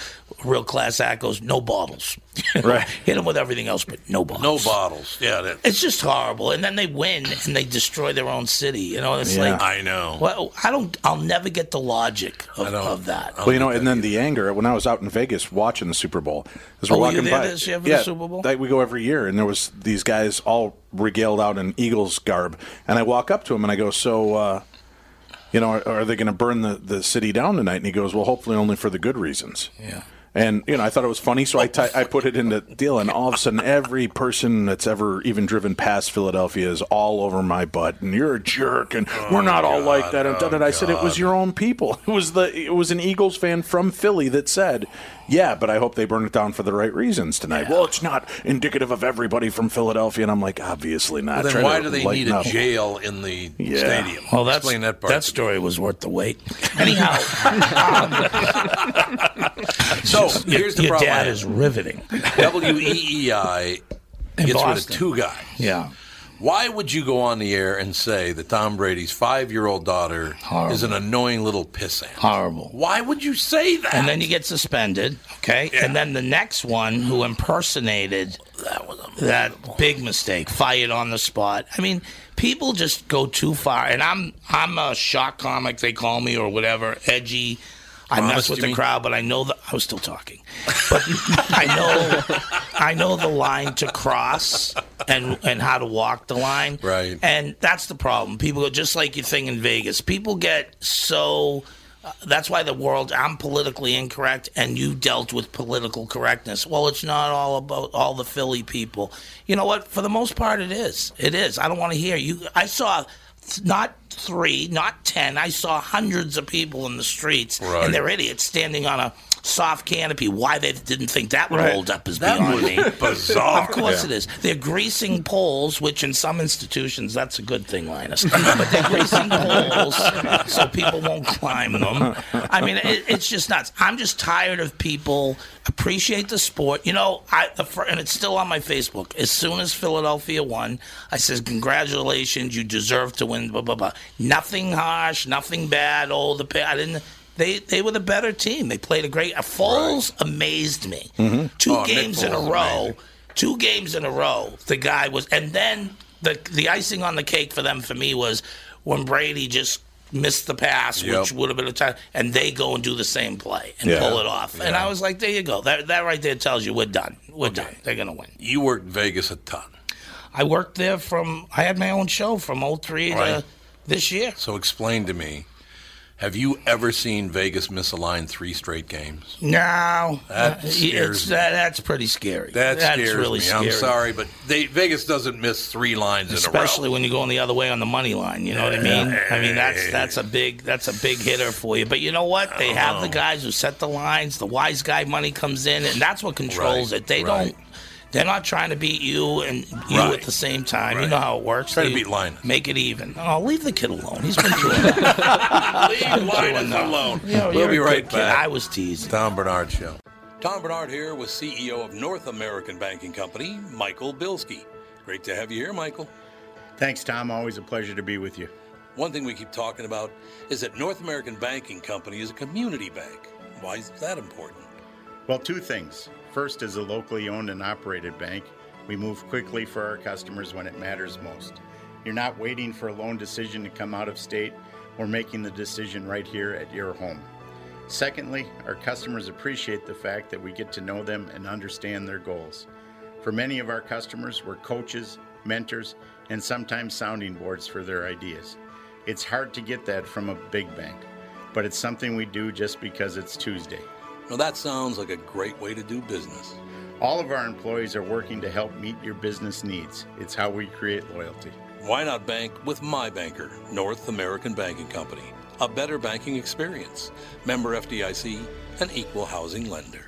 real class act goes no bottles.
[laughs]
[laughs]
Right.
Hit him with everything else, but no bottles.
No bottles. Yeah, that,
It's just horrible. And then they win and they destroy their own city. You know, it's
Yeah.
like
I know.
Well, I don't. I'll never get the logic of, of that.
Well, you know, and then the anger when I was out in Vegas watching the Super Bowl, as we're
Oh, were you
walking
there
by,
this year for the
yeah,
Super Bowl?
that we go every year, and there was these guys all regaled out in Eagles garb, and I walk up to him and I go, "So, uh, you know, are, are they going to burn the, the city down tonight?" And he goes, "Well, hopefully only for the good reasons."
Yeah.
And you know, I thought it was funny, so I ti- I put it in the deal, and all of a sudden, every person that's ever even driven past Philadelphia is all over my butt, and you're a jerk, and
Oh,
we're not all like that. And da- da- da. I said it was your own people. [laughs] It was the it was an Eagles fan from Philly that said, "Yeah, but I hope they burn it down for the right reasons tonight." Well, it's not indicative of everybody from Philadelphia, and I'm like, obviously not.
Well, then
Try
why
to
do they
lighten
need a
up.
jail
[laughs]
in the
Yeah.
stadium?
Well, that's,
Explain that
that,
part.
story was worth the wait.
so
Your-
here's the
your
problem.
dad is [laughs] riveting.
W e e i
In
gets rid of
Boston.
two guys.
Yeah.
Why would you go on the air and say that Tom Brady's five-year-old daughter is an annoying little pissant?
Horrible.
Why would you say that?
And then you get suspended, okay? And then the next one who impersonated that, big mistake, fired on the spot. I mean, people just go too far. And I'm I'm a shock comic, they call me or whatever, edgy. I
Honest,
mess with
you
the
mean?
crowd, but I know that I was still talking. But I know I know the line to cross and and how to walk the line.
Right.
And that's the problem. People go just like you thing in Vegas. People get so. Uh, that's why the world. I'm politically incorrect, and you dealt with political correctness. Well, it's not all about all the Philly people. You know what? For the most part, it is. It is. I don't want to hear you. I saw th- not three, not ten. I saw hundreds of people in the streets,
Right.
and they're idiots standing on a soft canopy. Why they didn't think that would
Right.
hold up is
That
beyond
was
me.
bizarre.
Of course
Yeah.
it is. They're greasing poles, which in some institutions that's a good thing, Linus.
[laughs]
but they're greasing poles so people won't climb them. I mean, it, it's just nuts. I'm just tired of people appreciate the sport. You know, I the fir- and it's still on my Facebook. As soon as Philadelphia won, I says, "Congratulations, you deserve to win." Blah blah blah. Nothing harsh, nothing bad. Oh, the pa- I didn't. They, they were the better team. They played a great. uh, Foles amazed me. Two
Oh, Nick
games in a
Foles is
row
amazing.
two games in a row the guy was and then the the icing on the cake for them for me was when Brady just missed the pass
Yep.
which would have been a time and they go and do the same play and
Yeah.
pull it off and
Yeah.
I was like there you go that that right there tells you we're done we're done they're going to win
You worked Vegas a ton.
I worked there from I had my own show from 03
Right.
to uh, this year
So explain to me, have you ever seen Vegas miss a line three straight games?
now
That scares me.
that, that's pretty scary
That
that's
scares
really
me.
scary
I'm sorry, but they, Vegas doesn't miss three lines
especially when you're going the other way on the money line. You know what I mean? I mean that's that's a big that's a big hitter for you. But you know what? They have the guys who set the lines. The wise guy money comes in, and that's what controls
Right,
it. They
right.
don't. They're not trying to beat you and you
Right.
at the same time. You
Right.
know how it works.
Trying to
They
beat Linus.
Make it even. Oh, leave the kid alone. He's been doing
[laughs]
that.
in
He's
a
been
row. Leave
doing
Linus
that.
alone.
You know,
we'll
you're
be
a
right
good kid.
back.
I was teasing.
Tom Bernard Show. [laughs] Tom Bernard here with CEO of North American Banking Company, Michael Bilski. Great to have you here, Michael.
Thanks, Tom. Always a pleasure to be with you.
One thing we keep talking about is that North American Banking Company is a community bank. Why is that important?
Well, two things. First, as a locally owned and operated bank, we move quickly for our customers when it matters most. You're not waiting for a loan decision to come out of state. We're making the decision right here at your home. Secondly, our customers appreciate the fact that we get to know them and understand their goals. For many of our customers, we're coaches, mentors, and sometimes sounding boards for their ideas. It's hard to get that from a big bank, but it's something we do just because it's Tuesday.
Well, that sounds like a great way to do business.
All of our employees are working to help meet your business needs. It's how we create loyalty.
Why not bank with my banker, North American Banking Company? A better banking experience. Member FDIC, an equal housing lender.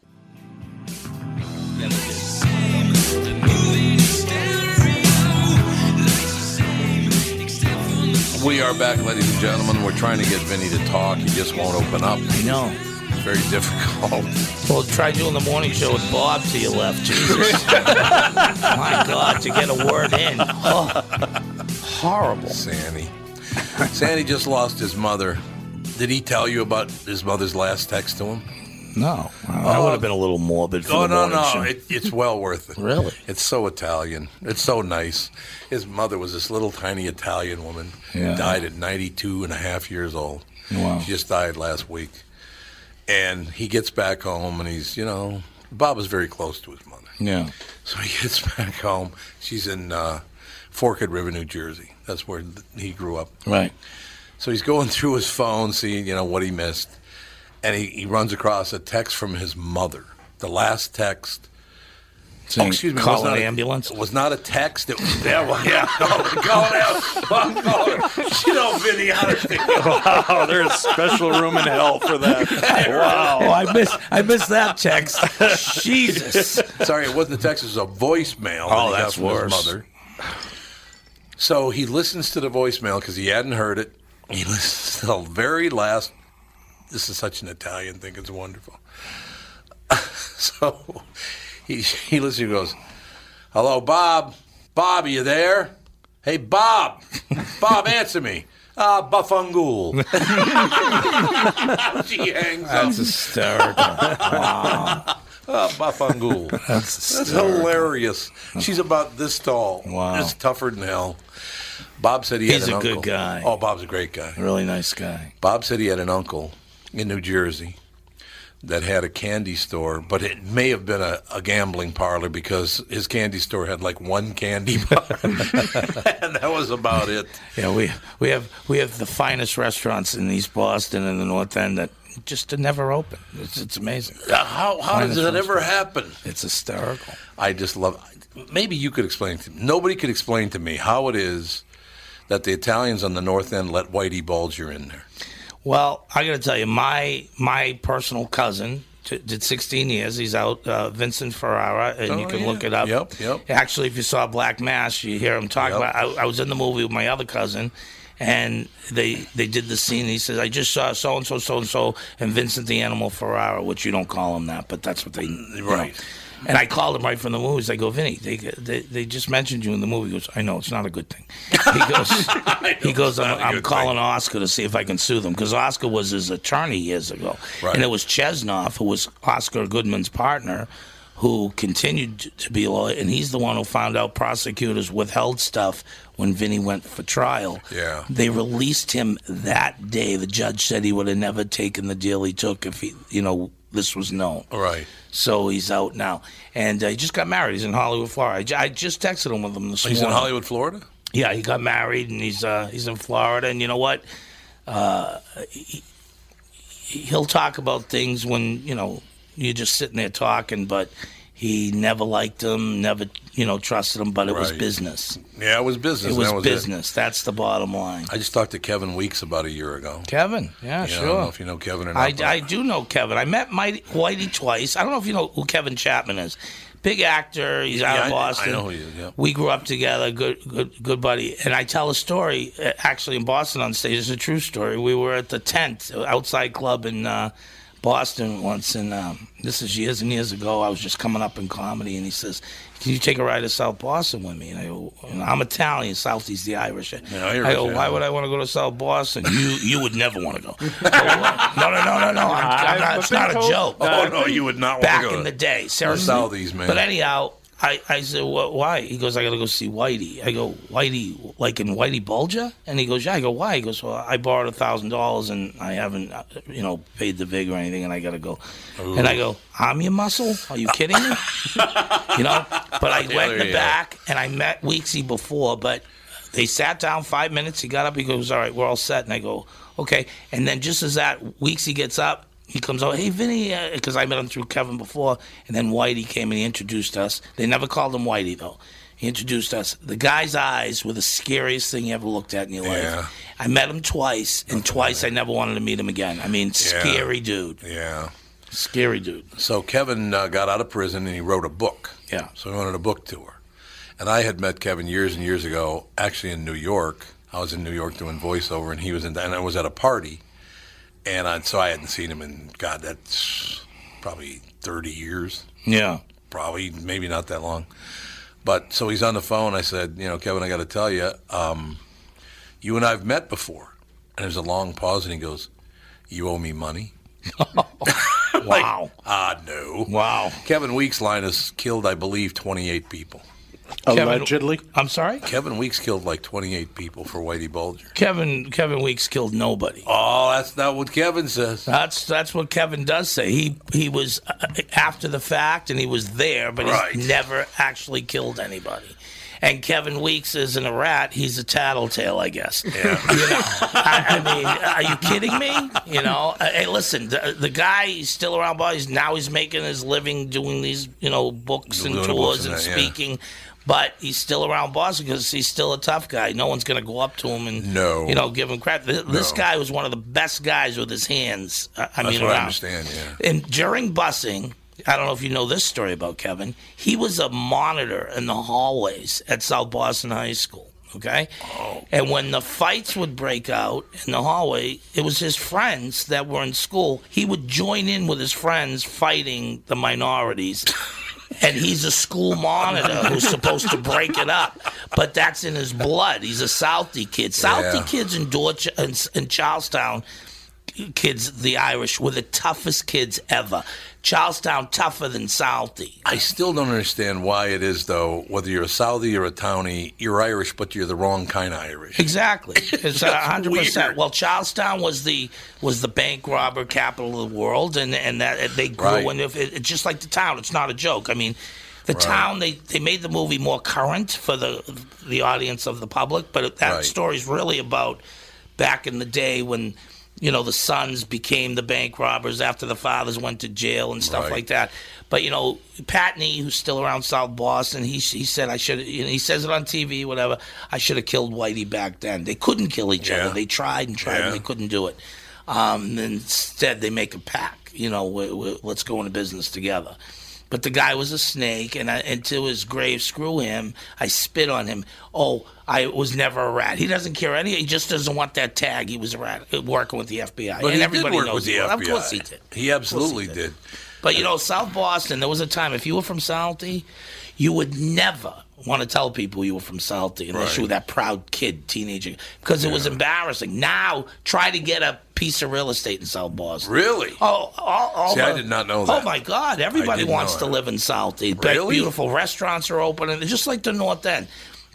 We are back, ladies and gentlemen. We're trying to get Vinny to talk. He just won't open up. I know. It's very difficult.
Well, try doing the morning show with Bob to your left,
[laughs]
Jesus. My God, to get a word in. Oh,
horrible. Sandy. Sandy just lost his mother. Did he tell you about his mother's last text to him?
no. that would have been a little morbid for
Oh
the
no
morning
no!
show.
It, it's well worth it.
Really?
It's so Italian. It's so nice. His mother was this little tiny Italian woman.
Yeah.
Died at 92 and a half years old.
Wow.
She just died last week. And he gets back home and he's you know Bob is very close to his mother.
Yeah.
So he gets [laughs] back home. She's in uh, Forked River, New Jersey. That's where th- he grew up.
Right.
So he's going [laughs] through his phone, seeing you know what he missed, and he, he runs across a text from his mother. The last text.
Saying,
it
"Call
was not
an
a-
ambulance?"
It was not a text. It was, [laughs] yeah, well, yeah. Call, call
[laughs]
an ambulance. Call it. You know, Vinny, honestly.
[laughs] wow, there's a special room in hell for that. Wow.
Oh, I miss I miss
[laughs]
that text. Jesus.
Sorry, it wasn't a text. It was a voicemail. that
Oh,
he got
that's
from his
worse.
mother. So he listens to the voicemail because he hadn't heard it. He [laughs] listens to the very last. This is such an Italian thing. It's wonderful. [laughs] so he he listens. He goes, "Hello, Bob. Bob, are you there? Hey, Bob.
[laughs]
Bob, answer me. Ah, Buffangool." she hangs up.
That's
[laughs]
hysterical. Wow.
Ah, Buffangool.
[laughs]
That's
That's
hysterical.
hilarious. She's about this tall.
Wow.
It's tougher than hell. Bob said he
He's
had an
a good
uncle.
guy.
Oh, Bob's a great guy.
Really nice guy.
Bob said he had an uncle in New Jersey that had a candy store, but it may have been a, a gambling parlor because his candy store had like one candy
[laughs]
bar. and that was about it.
Yeah, we we have we have the finest restaurants in East Boston and the North End that just never open. It's, it's amazing.
How, how
Finest
does that ever
restaurants.
happen?
It's hysterical.
I just love. Maybe you could explain to me. Nobody could explain to me how it is that the Italians on the north end let Whitey Bulger in there.
Well, I got to tell you, my my personal cousin t- did 16 years. He's out, uh, Vincent Ferrara, and you
Oh,
can
yeah.
look it up.
Yep, yep.
Actually, if you saw Black Mass, you hear him talk
Yep.
about. I, I was in the movie with my other cousin. And they they did the scene. He says, "I just saw so and so, so and so, and Vincent the Animal Ferrara, which you don't call him that, but that's what they you know.
Right.
And I called him right from the movies. I go, Vinny, they, they they just mentioned you in the movie. He goes, I know it's not a good thing. He goes, he goes, I'm, I'm calling Oscar to see if I can sue them because Oscar was his attorney years ago,
Right.
and it was Chesnoff who was Oscar Goodman's partner, who continued t- to be a lawyer, and he's the one who found out prosecutors withheld stuff when Vinny went for trial.
Yeah.
They released him that day. The judge said he would have never taken the deal he took if he, you know, this was known.
Right.
So he's out now, and uh, he just got married. He's in Hollywood, Florida. I, ju- I just texted him with him this
He's in
morning.
Hollywood, Florida?
Yeah, he got married, and he's uh, he's in Florida. And you know what? Uh, he, he'll talk about things when you know you're just sitting there talking, but he never liked him, never you know trusted him, but it was
Right.
business.
Yeah, it was business.
It was
That was it.
business. That's the bottom line.
I just talked to Kevin Weeks about a year ago.
Kevin, yeah,
Yeah, I
sure.
don't know if you know Kevin or not,
I,
but-
I do know Kevin. I met Mighty, Whitey twice. I don't know if you know who Kevin Chapman is. Big actor. He's out
Yeah, I-
of Boston.
I know who he is, yeah.
We grew up together. Good, good, good buddy. And I tell a story uh, actually in Boston on stage. It's a true story. We were at the tent uh, outside club in uh, Boston once, and um, this is years and years ago. I was just coming up in comedy, and he says. Can you take a ride to South Boston with me? And I go, "And I'm Italian. Southie's the Irish. I go,
Irish,
why
yeah.
would I want to go to South Boston? You you would never want to go. No, no, no, no, no. I'm, I'm not, it's not a joke.
Oh, no, you would not want
Back
to go
in the day, seriously.
Southies, man.
But anyhow, I, I said, well, why? He goes, I got to go see Whitey. I go, Whitey, like in Whitey Bulger? And he goes, yeah. I go, why? He goes, well, I borrowed a $1,000 and I haven't, uh, you know, paid the VIG or anything and I got to go. And I go, I'm your muscle? Are you kidding
[laughs]
me? you know? But I
Yeah,
went in
there
the
you
back and I met Weeksy before, but they sat down five minutes. He got up. He goes, All right, we're all set. And I go, Okay. And then just as that, Weeksy gets up. He comes over, Hey, Vinny, because I met him through Kevin before. And then Whitey came and he introduced us. They never called him Whitey, though. He introduced us. The guy's eyes were the scariest thing you ever looked at in your
Yeah.
life. I met him twice, and twice I never wanted to meet him again. I mean, [laughs] scary dude.
Yeah.
Scary dude.
So Kevin uh, got out of prison and he wrote a book.
Yeah.
So he wanted a book tour. And I had met Kevin years and years ago, actually in New York. I was in New York doing voiceover, and he was in, and I was at a party, and I, so I hadn't seen him in God, that's probably thirty years.
Yeah.
probably maybe not that long. But so he's on the phone. I said, you know, Kevin, I got to tell you, um, you and I've met before. And there's a long pause, and he goes, "You owe
[laughs]
me money."
wow.
Ah, no.
Wow.
Kevin Weeks' line has killed, I believe, 28 people.
Kevin- Allegedly? I'm sorry?
Kevin Weeks killed like 28 people for Whitey Bulger.
Kevin Kevin Weeks killed nobody.
Oh, that's not what Kevin says.
That's that's what Kevin does say. He he was uh, after the fact and he was there, but
Right.
he's never actually killed anybody. And Kevin Weeks isn't a rat; he's a tattletale, I guess. Yeah. you know, I, I mean, are you kidding me? You know, Uh, hey, listen, the, the guy is still around, but he's now he's making his living doing these, you know, books and
Doing the books
tours
and
and
that, yeah.
speaking. But he's still around Boston because he's still a tough guy. No one's going to go up to him and
No.
you know, give him crap. Th- This
No.
guy was one of the best guys with his hands. uh, I, I
That's
mean,
what I
around.
understand, yeah.
And during busing, I don't know if you know this story about Kevin. He was a monitor in the hallways at South Boston High School. Okay,
Oh.
and when the fights would break out in the hallway, it was his friends that were in school. He would join in with his friends fighting the
[laughs]
minorities. And he's a school monitor who's supposed to break it up, but that's in his blood. He's a Southie kid. Southie
Yeah.
kids in Dorch in, in Charlestown kids, the Irish, were the toughest kids ever. Charlestown tougher than Southie.
I still don't understand why it is, though, whether you're a Southie or a Townie, you're Irish, but you're the wrong kind of Irish.
Exactly. It's
[laughs] That's
hundred
weird.
percent. Well, Charlestown was the was the bank robber capital of the world, and and that they grew
Right.
and if it, it's just like the town. It's not a joke. I mean, the town they they made the movie more current for the the audience of the public, but that
Right.
story's really about back in the day when. You know, the sons became the bank robbers after the fathers went to jail and stuff
Right.
like that. But, you know, Patney, who's still around South Boston, he, he said, I should, you know, he says it on TV, whatever, I should have killed Whitey back then. They couldn't kill each
Yeah.
other. They tried and tried
Yeah.
and they couldn't do it. Um, then instead, they make a pact. You know, we, we, let's go into business together. But the guy was a snake, and, I, and to his grave, screw him. I spit on him. Oh, I was never a rat. He doesn't care any. He just doesn't want that tag. He was a rat uh, working with the FBI,
But
and
he
everybody
did work
knows
with the
he was.
FBI.
Of course he did.
He absolutely did.
But you know, South Boston, there was a time if you were from Southie, you would never want to tell people you were from Salty, unless
Right.
you were that proud kid, teenager, because it was embarrassing. Now try to get a piece of real estate in South Boston.
Really?
Oh, all, all
See, I
the-
did not know
Oh
that.
my God!
I
Everybody
didn't
wants
know
to
that.
live in Southie. Be-
Really?
Beautiful restaurants are opening, It's just like the North End.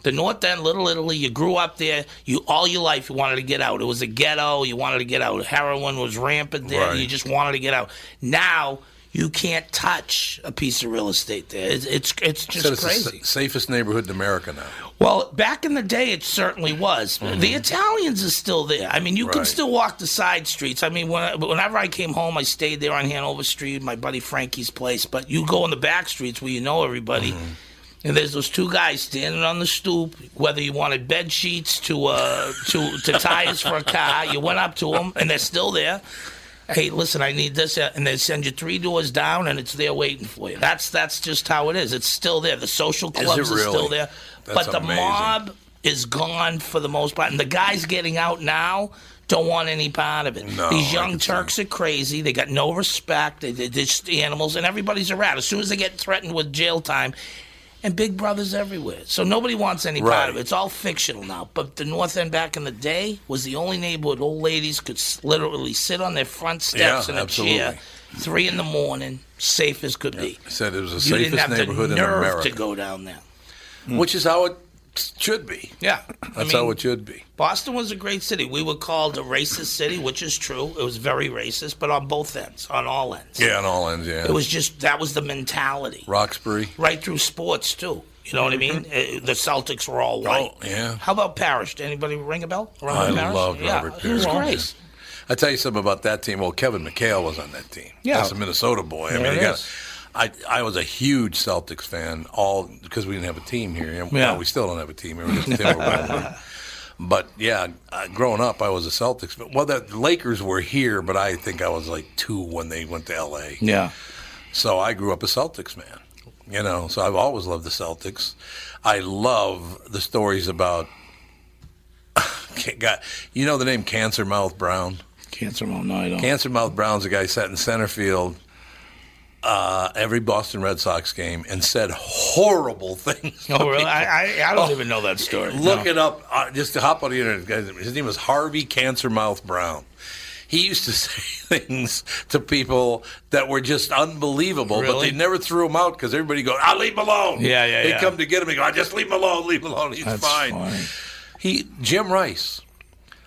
The North End, Little Italy. You grew up there. You all your life you wanted to get out. It was a ghetto. You wanted to get out. Heroin was rampant there.
Right.
You just wanted to get out. Now you can't touch a piece of real estate there. It's it's, it's
Said
just
it's the
crazy.
sa- safest neighborhood in America now.
Well, back in the day, it certainly was. The Italians are still there. I mean, you can
Right.
still walk the side streets. I mean, when I, whenever I came home, I stayed there on Hanover Street, my buddy Frankie's place. But you go in the back streets where you know everybody, and there's those two guys standing on the stoop. Whether you wanted bed sheets to uh, to to tires for a car, you went up to them, and they're still there. Hey, listen, I need this, uh, and they send you three doors down, and it's there waiting for you. That's that's just how it is. It's still there. The social
Is it
clubs are still
really?
there,
That's
but the
amazing.
mob is gone for the most part, and the guys getting out now don't want any part of it.
No,
These
I
young Turks are crazy. They got no respect. They, they're just animals, and everybody's around. As soon as they get threatened with jail time, and Big Brother's everywhere. So nobody wants any part of it. It's all fictional now. But the North End back in the day was the only neighborhood old ladies could s- literally sit on their front steps
Yeah,
in a chair,
absolutely.
three in the morning, safe as could be.
Said it was the
You
safest
didn't have
neighborhood
the
in
nerve
America. Hmm.
to go down there.
Which is how it should be.
Yeah,
That's
I
how
mean-
it should be.
Boston was a great city. We were called a racist city, which is true. It was very racist, but on both ends, on all ends.
Yeah, on all ends, yeah.
It was just that was the mentality.
Roxbury.
Right through sports too. You know what I mean? Uh, the Celtics were all white.
Mm-hmm. Oh, yeah.
How about Parrish? Did anybody ring a bell? Robert
I
Parrish?
loved
yeah,
Robert
He was
Parrish.
great.
I tell you something about that team. Well, Kevin McHale was on that team.
Yeah.
that's a Minnesota boy. I
There
mean,
it
you got-
is.
I I was a huge Celtics fan, all because we didn't have a team here. Yeah,
Yeah.
we still don't have a team here. We're
[laughs]
just Timberwolves. but yeah, I, growing up, I was a Celtics. fan. Well, the Lakers were here, but I think I was like two when they went to L.A.
Yeah.
So I grew up a Celtics man. You know, so I've always loved the Celtics. I love the stories about. [laughs] God, you know the name Cancer Mouth Brown.
Cancer Mouth, no, I don't.
Cancer Mouth Brown's a guy sat in center field uh, every Boston Red Sox game and said horrible [laughs] things.
Oh,
to
really?
people. [laughs]
I, I, I don't
Oh,
even know that story.
Look
No.
it up. Uh, just hop on the internet. guys. His name was Harvey Cancer Mouth Brown. He used to [laughs] say things to people that were just unbelievable, but
Really?
they never threw him out because everybody go, "I leave him alone."
Yeah, yeah,
They
yeah.
come to get him. They go, "I just leave him alone. Leave him alone. He's
That's
fine."
funny.
He Jim Rice.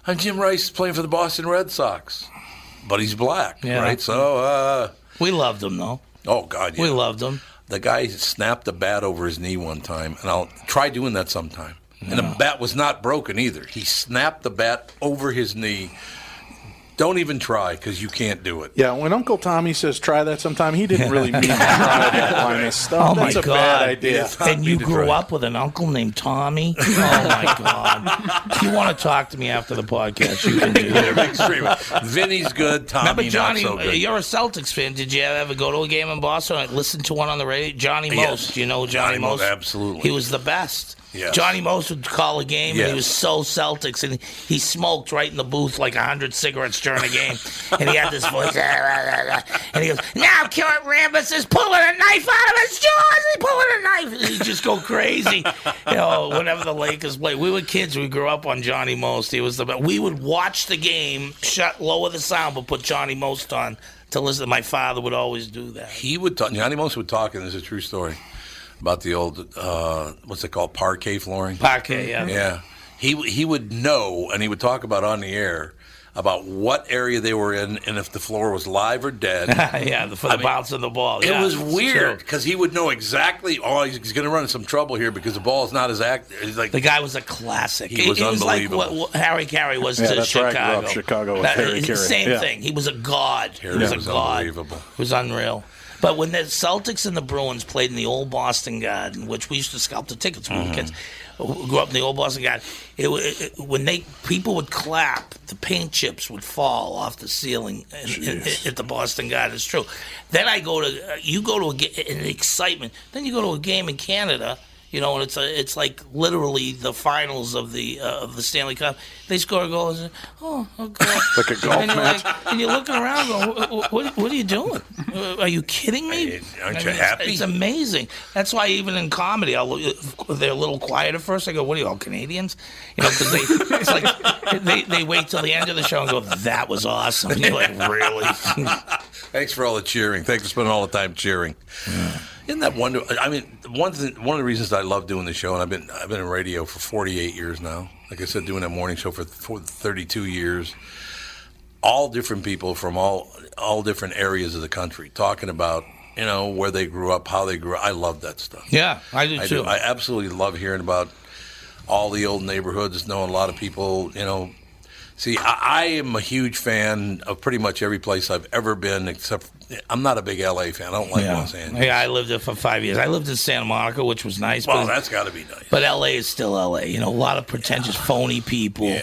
I'm Jim Rice playing for the Boston Red Sox, but
[laughs]
he's black,
Yeah.
right? So uh,
we loved him though.
Oh God, yeah.
We loved him.
The guy snapped a bat over his knee one time, and I'll try doing that sometime. And the bat was not broken either. He snapped the bat over his knee. Don't even try because you can't
[laughs]
do it.
Yeah, when Uncle Tommy says try that sometime, he
[laughs]
didn't really mean to try that line of stuff.
Oh
That's
my
a
god!
bad idea.
And you grew up with an uncle named
[laughs]
Tommy. Oh my god! If you want to talk to me after the podcast, you can
[laughs]
do
They're
that.
extreme. Vinny's good. Tommy
Remember Johnny?
not so good.
You're a Celtics fan. Did you ever go to a game in Boston and listen to one on the radio? Johnny
Yes.
Most. You know Johnny,
Johnny Most,
Most?
absolutely.
He was the best.
Yes.
Johnny Most would call a game, and
Yes.
he was so Celtics, and he smoked right in the booth like hundred cigarettes during a game, and he had this voice, [laughs] and he goes, "Now Kurt Rambis is pulling a knife out of his jaws. He's pulling a knife." He'd just go crazy. you know, whenever the Lakers played, we were kids. We grew up on Johnny Most. He was the best. We would watch the game, shut lower the sound, but put Johnny Most on to listen. My father would always do that.
He would talk. Johnny Most would talk, and this is a true story about the old uh, what's it called parquet flooring.
Parquet, yeah.
yeah. He w- he would know, and he would talk about on the air about what area they were in and if the floor was live or dead.
[laughs] yeah, for the
mean,
bounce of the ball.
It
yeah,
was
it's
weird
true.
because he would know exactly. Oh, he's, going to run into some trouble here because the ball's not as act. it's Like
The guy was a classic.
He was unbelievable.
like what, what Harry Carey was
Yeah,
to
that's where I
Chicago.
grew up, Chicago with
That-
Harry Carey.
Same
Yeah.
thing. He was a god.
Harry
he was
was
a god.
unbelievable.
It was unreal. But when the Celtics and the Bruins played in the old Boston Garden, which we used to scalp the tickets when we were kids, we grew up in the old Boston Garden, it, wa- it, it- when they people would clap, the paint chips would fall off the ceiling and- and- at the Boston Garden. It's uh, true. Then I go to you go to a, ga- in excitement. Then you go to a game in Canada You know, and it's a, it's like literally the finals of the uh, of the Stanley Cup. They score a goal. And, [laughs] oh, oh God.
Like a golf
and, you're
match.
like- and you're looking around going, what, what, what are you doing? Uh, Are you kidding me?
aren't you
it's-
happy?
It's, amazing. That's why even in comedy, I'll, they're a little quiet at first. I go, what are you, all Canadians? You know, because they, it's like, they, they wait till the end of the show and go, that was awesome. [laughs] And you're like, really?
Thanks for all the cheering. Thanks for spending all the time cheering. Isn't that wonderful? I mean, one th- one of the reasons I love doing the show, and I've been I've been in radio for 48 years now. Like I said, doing that morning show for, for 32 years. All different people from all all different areas of the country talking about you know where they grew up, how they grew. up. I love that stuff.
Yeah, I do too.
I absolutely love hearing about all the old neighborhoods, knowing a lot of people. You know, see, I, I am a huge fan of pretty much every place I've ever been, except I'm not a big LA fan. I don't like Los Angeles.
Yeah, I lived there for five years. I lived in Santa Monica, which was nice.
Well,
but-
that's got to be nice.
But LA is still LA. You know, a lot of pretentious, phony people.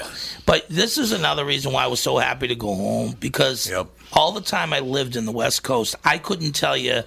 But this is another reason why I was so happy to go home because all the time I lived in the West Coast, I couldn't tell you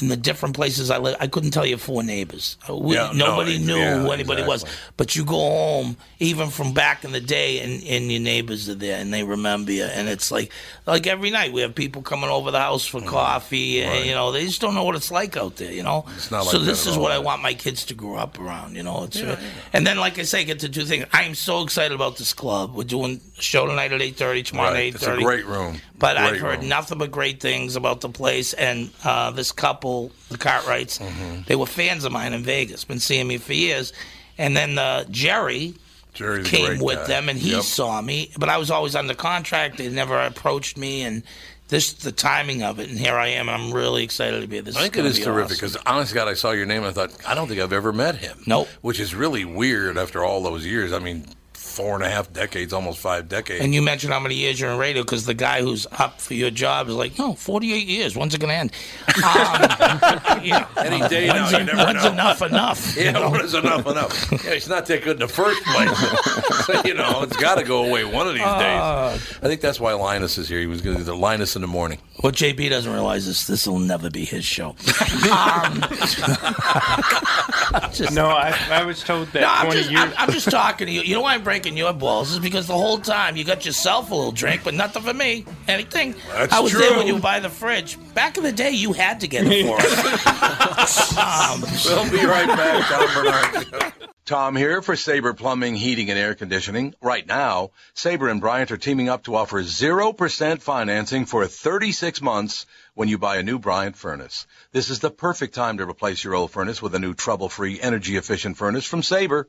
in the different places I lived, I couldn't tell you four neighbors. We-
Yeah, no,
nobody
ex-
knew
yeah,
who anybody was.
exactly.
But you go home, even from back in the day, and, and your neighbors are there and they remember you. And it's like, like every night we have people coming over the house
Mm.
for coffee. And, you know, they just don't know what it's like out there. You know,
It's not
so
like that
this
at
is
all.
what I want my kids to grow up around. You know, it's uh,
Yeah, yeah.
and then like I say, I get to do things. I am so excited about this club. We're doing a show tonight at eight thirty, tomorrow
Right.
at eight
It's a
thirty.
great room.
But
Great
I've heard
room.
nothing but great things about the place and uh, this couple, the Cartwrights.
Mm-hmm.
They were fans of mine in Vegas. Been seeing me for years, and then uh, Jerry.
Jerry's a
came
great
with
guy.
them and he
Yep.
saw me, but I was always under contract. They never approached me, and this the timing of it. And here I am, and I'm really excited to be. This
I think it
gonna
is
be
terrific
awesome.
because, honest to God, I saw your name and I thought, I don't think I've ever met him.
Nope.
Which is really weird after all those years. I mean, four and a half decades, almost five decades.
And you mentioned how many years you're in radio because the guy who's up for your job is like, no, 48 years. When's it going to end? Um, [laughs] yeah.
Any day now,
When's
you
en-
never
when's
know.
enough enough?
[laughs] Yeah, what is enough enough? Yeah, it's not that good in the first
[laughs]
place. so, you know, it's got to go away one of these
Ah.
days. I think that's why Linus is here. He was going to do the Linus in the morning.
What JP doesn't realize is this will never be
[laughs]
his show. Um, [laughs]
no, I, I was told that
No, I'm
20
just,
years.
I'm, I'm just talking to you. You know why I'm breaking your balls is because the whole time you got yourself a little drink, but nothing for me. Anything.
That's
I was there when
true.
you were by the fridge. Back in the day, you had to get it
[laughs]
for us. um,
We'll be right back, Tom Bernard. Tom here for Sabre Plumbing, Heating, and Air Conditioning. Right now, Sabre and Bryant are teaming up to offer 0% financing for 36 months when you buy a new Bryant furnace. This is the perfect time to replace your old furnace with a new trouble-free, energy-efficient furnace from Sabre.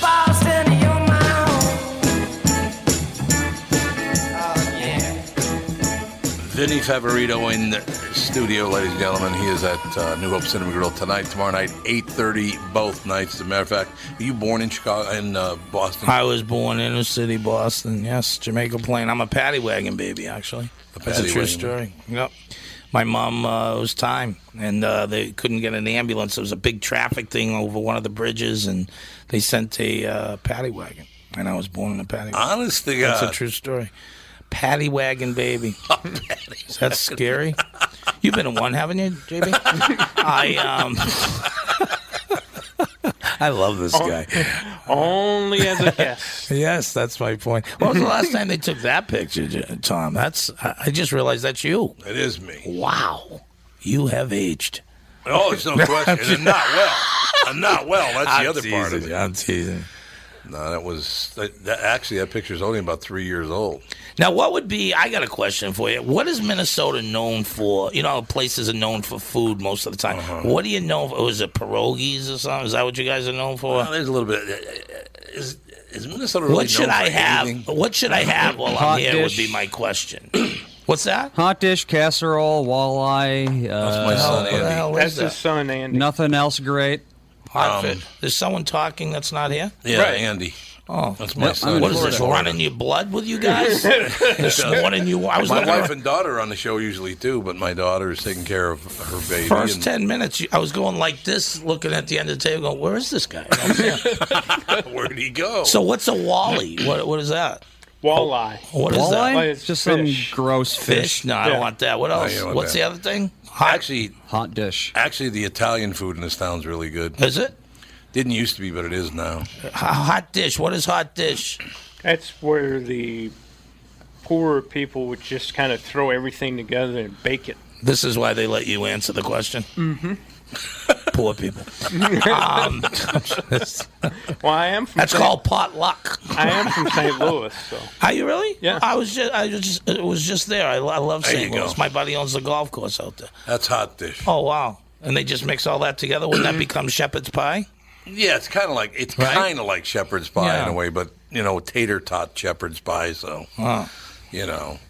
Boston, you're my home.
Vinny Favorito in the studio, ladies and gentlemen. He is at uh, New Hope Cinema Grill tonight, tomorrow night, 8.30, both nights. As a matter of fact, were you born in Chicago, in uh, Boston?
I was born in the city, Boston. Yes, Jamaica Plain. I'm a paddy wagon baby, actually. That's a
paddy
true
wagon.
story. Yep. My mom uh, was time, and uh, they couldn't get an ambulance. There was a big traffic thing over one of the bridges, and they sent a uh, paddy wagon. And I was born in a paddy wagon.
Honest to
That's
God. Oh,
a true story. Paddy wagon
[laughs]
baby. Is that scary? You've been in one, haven't you,
[laughs]
JB? I um. I love this guy.
Only as a guest.
Oh, [laughs] yes, that's my point. When was the last time they took that picture, J- Tom? That's I I just realized that's you.
It is me.
Wow, you have aged. [laughs]
Oh, it's no question. I'm not well. I'm not well. That's the
I'm
other part of
teasing
it.
you, I'm teasing.
No, that was that, that, actually that picture's only about three years old.
Now, what would be? I got a question for you. What is Minnesota known for? You know, places are known for food most of the time.
Uh-huh.
What do you know? For? Was it pierogies or something? Is that what you guys are known for?
Well, there's a little bit. Is, is Minnesota really
what should
known
I
for
have?
anything?
What should I have while
Hot
I'm here?
dish.
Would be my question. [clears throat] What's that?
Hot dish, casserole, walleye. Uh,
my son, Andy. That's his
son, Andy.
Nothing else great.
Hot
Um,
fit. There's someone talking that's not here.
Yeah, Right.
Andy.
Oh,
That's my
What-
son.
What is this
Florida.
running your blood with you [laughs]
[laughs]
guys? this morning you, I was
my
looking
wife
around-
and daughter are on the show usually too, but my daughter is taking care of her baby.
First
and-
ten minutes, you- I was going like this, looking at the end of the table, going, "Where is this guy?"
[laughs] Where'd he go?
So what's a wally? What what is that? Oh,
Walleye.
What is that?
Walleye? Just some gross
Fish?
fish.
No, I don't want that. What
No,
else?
you don't want
What's
that.
the other thing?
actually
hot dish.
Actually, the Italian food in this town's really good.
Is it?
Didn't used to be, but it is now.
Hot dish. What is hot dish?
That's where the poorer people would just kind of throw everything together and bake it.
This is why they let you answer the question.
Mm-hmm.
[laughs] Poor people. Um,
[laughs]
[laughs]
well, I am. From
That's
Saint-
called potluck.
I am from St. Louis, so
Are you really?
Yeah.
I was just, I was just, it was just there. I, lo- I love
There
St.
you go.
Louis. My buddy owns the golf course out there.
That's hot dish.
Oh wow! And they just mix all that together. Wouldn't that become shepherd's pie?
Yeah, it's kind of like it's
Right?
kind of like shepherd's pie in
Yeah.
a way, but you know, tater tot shepherd's pie. So,
Wow.
you know,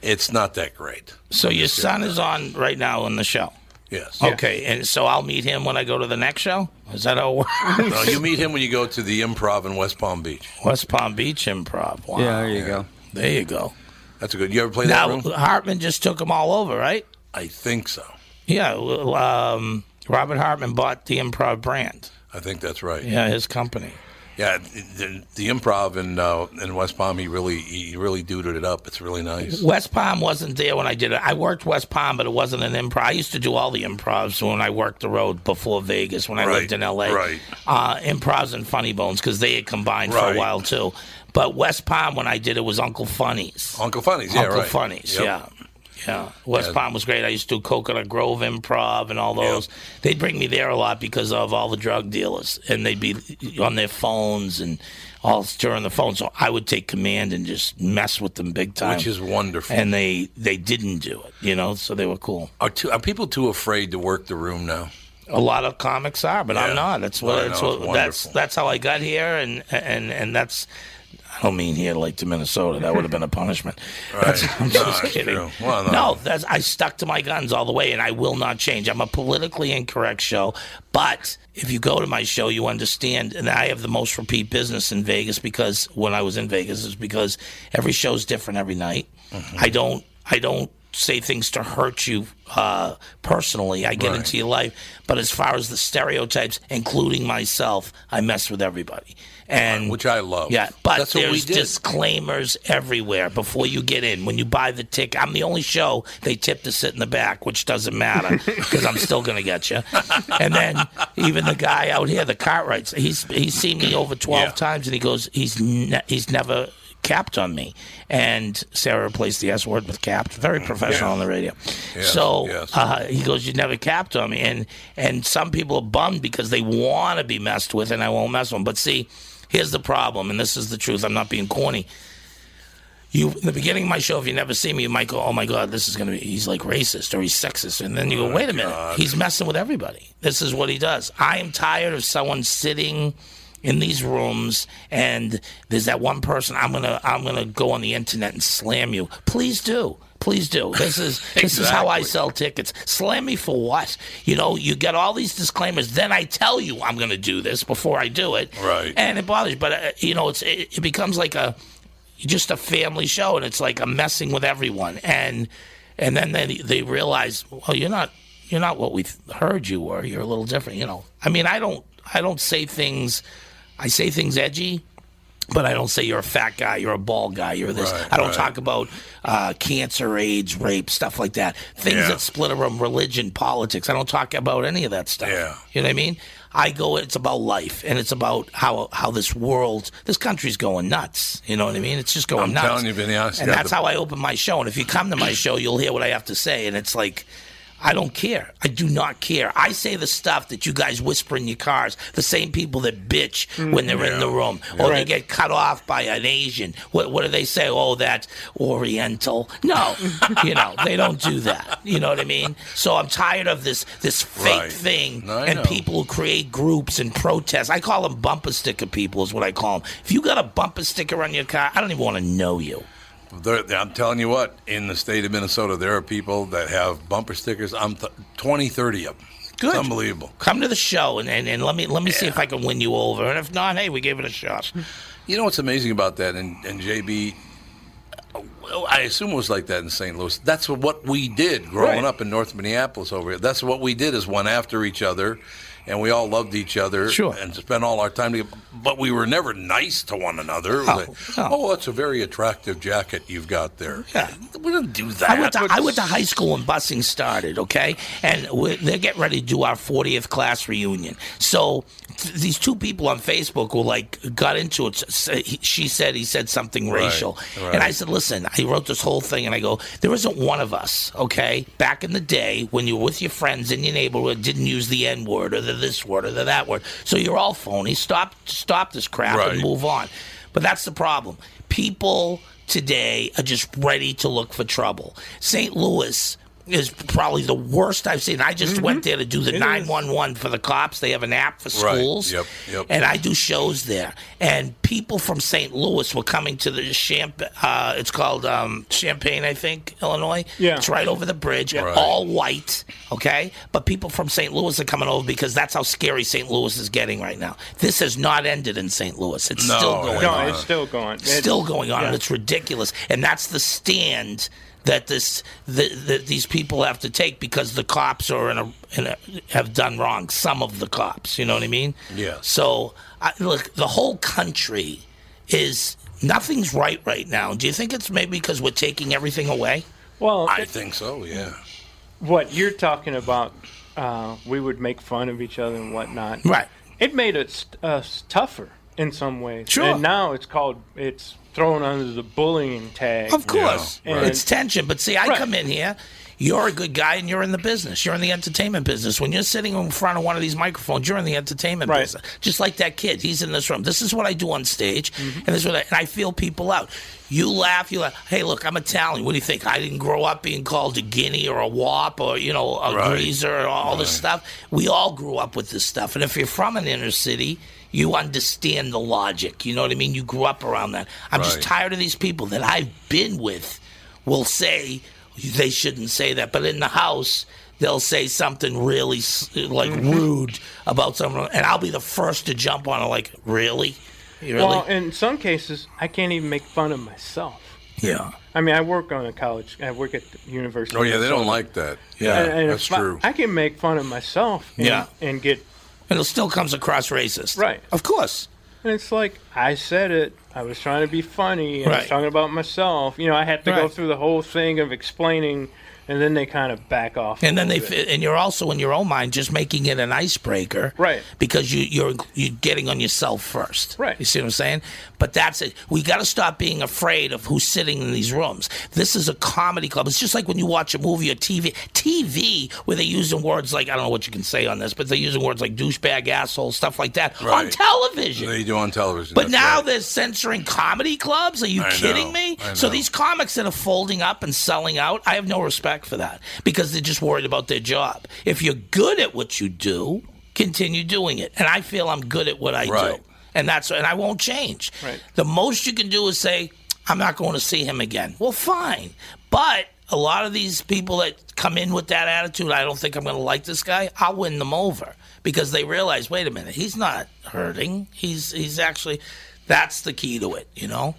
it's not that great.
So your son is on right now on the show.
Yes.
Okay, and so I'll meet him when I go to the next show. Is that how it
[laughs]
Oh,
works?
No, you meet him when you go to the Improv in West Palm Beach.
West Palm Beach Improv. Wow.
Yeah, there you go.
There you go.
That's a good. You ever play
Now
that room?
Hartman just took them all over, right?
I think so.
Yeah. well, Um, Robert Hartman bought the Improv brand.
I think that's right.
Yeah, his company.
Yeah, the, the improv in uh, in West Palm, he really he really duded it up. It's really nice.
West Palm wasn't there when I did it. I worked West Palm, but it wasn't an improv. I used to do all the improvs when I worked the road before Vegas when I
Right,
lived in L.A.
right.
Uh, improvs and Funny Bones because they had combined for
Right.
a while too. But West Palm when I did it was Uncle Funnies.
Uncle Funny's, yeah,
Uncle
right.
Funnies,
Yep.
yeah. Yeah, West
Yeah.
Palm was great. I used to do Coconut Grove Improv and all those. They'd bring me there a lot because of all the drug dealers, and they'd be on their phones and all stirring the phone. So I would take command and just mess with them big time,
Which is wonderful.
And they they didn't do it, you know. So they were cool.
Are too, are people too afraid to work the room now?
A lot of comics are, but
Yeah.
I'm not. That's
No,
what,
I
that's,
know, it's
what that's
wonderful.
that's how I got here, and and and that's. I don't mean here like to Minnesota. That would have been a punishment. That's-
[laughs] Right.
I'm
No,
just
that's
kidding.
true. Well, no.
no, that's I stuck to my guns all the way, and I will not change. I'm a politically incorrect show, but if you go to my show, you understand. And I have the most repeat business in Vegas because when I was in Vegas is because every show's different every night.
Mm-hmm.
I don't. I don't say things to hurt you uh, personally. I get
Right.
into your life, but as far as the stereotypes, including myself, I mess with everybody. And
Which I love.
yeah, but
that's what we
there's
did.
disclaimers everywhere before you get in. When you buy the ticket, I'm the only show they tip to sit in the back, which doesn't matter because I'm still going to get you. And then even the guy out here, the Cartwrights, he's he's seen me over 12 times, and he goes, he's ne- he's never capped on me. And Sarah replaced the S word with capped. Very professional on the radio.
Yes,
so
yes.
uh, he goes, you never capped on me, and and some people are bummed because they want to be messed with, and I won't mess with them. But see. Here's the problem, and this is the truth. I'm not being corny. You in the beginning of my show, if you never see me, you might go, "Oh my God, this is gonna be." He's like racist or he's sexist, and then you go,
Oh,
"Wait a minute,
God.
he's messing with everybody." This is what he does. I am tired of someone sitting in these rooms, and there's that one person. I'm gonna, I'm gonna go on the internet and slam you. Please do. Please do. This is
[laughs]
this is how I
Exactly.
sell tickets. Slam me for what? You know, you get all these disclaimers. Then I tell you I'm going to do this before I do it.
Right.
And it bothers you. But, uh, you know, it's it, it becomes like a just a family show and it's like I'm messing with everyone. And and then they, they realize, well, you're not you're not what we heard you were. You're a little different, you know. I mean, I don't I don't say things I say things edgy, but I don't say you're a fat guy, you're a bald guy, you're this.
Right,
I don't
right.
talk about uh, cancer, AIDS, rape, stuff like that. Things
Yeah.
that split a room, religion, politics. I don't talk about any of that stuff.
Yeah.
You know what I mean? I go. It's about life, and it's about how how this world, this country's going nuts. You know what I mean? It's just going
I'm
nuts.
telling you, Vinny, honestly,
and
I-
that's how I open my show. And if you come to my show, you'll hear what I have to say. And it's like. I don't care. I do not care. I say the stuff that you guys whisper in your cars. The same people that bitch when they're in the
Mm-hmm.
room, or they get cut off by an Asian. What, what do they say? Oh, that Oriental.
[laughs]
No, you know they don't do that. You know what I mean? So I'm tired of this this fake
Right.
thing
I
and
know.
people who create groups and protest. I call them bumper sticker people. Is what I call them. If you got a bumper sticker on your car, I don't even want to know you.
There, I'm telling you what, in the state of Minnesota, there are people that have bumper stickers. I'm th- 20, 30 of them.
Good.
It's unbelievable.
Come to the show and, and, and let me let me see if I can win you over. And if not, hey, we gave it a shot.
You know what's amazing about that? And, and JB, well, I assume it was like that in St. Louis. That's what we did growing
Right.
up in North Minneapolis over here. That's what we did is one after each other. And we all loved each other
Sure.
and spent all our time together. But we were never nice to one another. It was
No,
like, Oh, that's a very attractive jacket you've got there.
Yeah.
We don't do that.
I went, to, I went to high school when busing started, okay? And we they're getting ready to do our 40th class reunion. So th- these two people on Facebook were like, got into it. S- s- he- She said, he said something
Right,
racial.
right.
And I said, listen, I wrote this whole thing and I go, there isn't one of us, okay? Back in the day when you were with your friends in your neighborhood, didn't use the N word or the this word or the that word. So you're all phony. Stop, stop this crap
Right.
and move on. But that's the problem. People today are just ready to look for trouble. St. Louis is probably the worst I've seen. I just
Mm-hmm.
went there to do the 911 for the cops. They have an app for
Right.
schools.
Yep, yep.
And I do shows there. And people from St. Louis were coming to the champ uh, it's called um, Champaign, I think, Illinois.
Yeah.
It's right over the bridge.
Right.
All white, okay? But people from St. Louis are coming over because that's how scary St. Louis is getting right now. This has not ended in St. Louis. It's
No,
still going
no,
on.
it's
still going.
It's still going on, and
Yeah.
it's ridiculous. And that's the stand that this the, the, these people have to take because the cops are in a, in a have done wrong. Some of the cops, you know what I mean?
Yeah.
So I, look, the whole country is nothing's right right now. Do you think it's maybe because we're taking everything away?
Well,
I think so, yeah.
what you're talking about, uh, we would make fun of each other and whatnot.
Right.
It made us, us tougher in some ways.
Sure.
And now it's called, it's thrown under the bullying tag.
Of course,
Yeah, right.
it's tension. But see, I come in here. You're a good guy, and you're in the business. You're in the entertainment business. When you're sitting in front of one of these microphones, you're in the entertainment business. Just like that kid, he's in this room. This is what I do on stage,
Mm-hmm.
and this is what I, and I feel people out. You laugh, you laugh. Hey, look, I'm Italian. What do you think? I didn't grow up being called a guinea or a wop or you know a
Right.
greaser or all this stuff. We all grew up with this stuff, and if you're from an inner city. You understand the logic. You know what I mean? You grew up around that. I'm just
Right.
tired of these people that I've been with will say they shouldn't say that, but in the house they'll say something really s- like
Mm-hmm.
rude about someone, and I'll be the first to jump on it. Like, really, really?
Well, in some cases, I can't even make fun of myself.
yeah.
I mean, I work on a college. I work at the university.
Oh, yeah, they don't
so-
like that.
And-
Yeah,
and
that's
if I-
true.
I can make fun of myself. And,
Yeah.
And get
And it still comes across racist,
right.
Of course.
And it's like I said it. I was trying to be funny. and I was
Right.
talking about myself. You know, I had to go
Right.
through the whole thing of explaining, and then they kind of back off. a
And then they
little bit.
fi- and you're also in your own mind just making it an icebreaker,
Right.
Because you you're you're getting on yourself first,
Right.
You see what I'm saying? But that's it. We got to stop being afraid of who's sitting in these rooms. This is a comedy club. It's just like when you watch a movie or TV, TV where they're using words like I don't know what you can say on this, but they're using words like douchebag, asshole, stuff like that on
Right.
television.
They do on television.
But
that's
now
right.
they're censoring comedy clubs. Are you
I
kidding
know,
me?
I
So
know.
these comics that are folding up and selling out, I have no respect for that because they're just worried about their job. If you're good at what you do, continue doing it. And I feel I'm good at what I
Right.
do, and that's and I won't change.
Right.
The most you can do is say, "I'm not going to see him again." Well, fine, but. A lot of these people that come in with that attitude, I don't think I'm going to like this guy. I'll win them over because they realize, wait a minute, he's not hurting. He's he's actually that's the key to it, you know?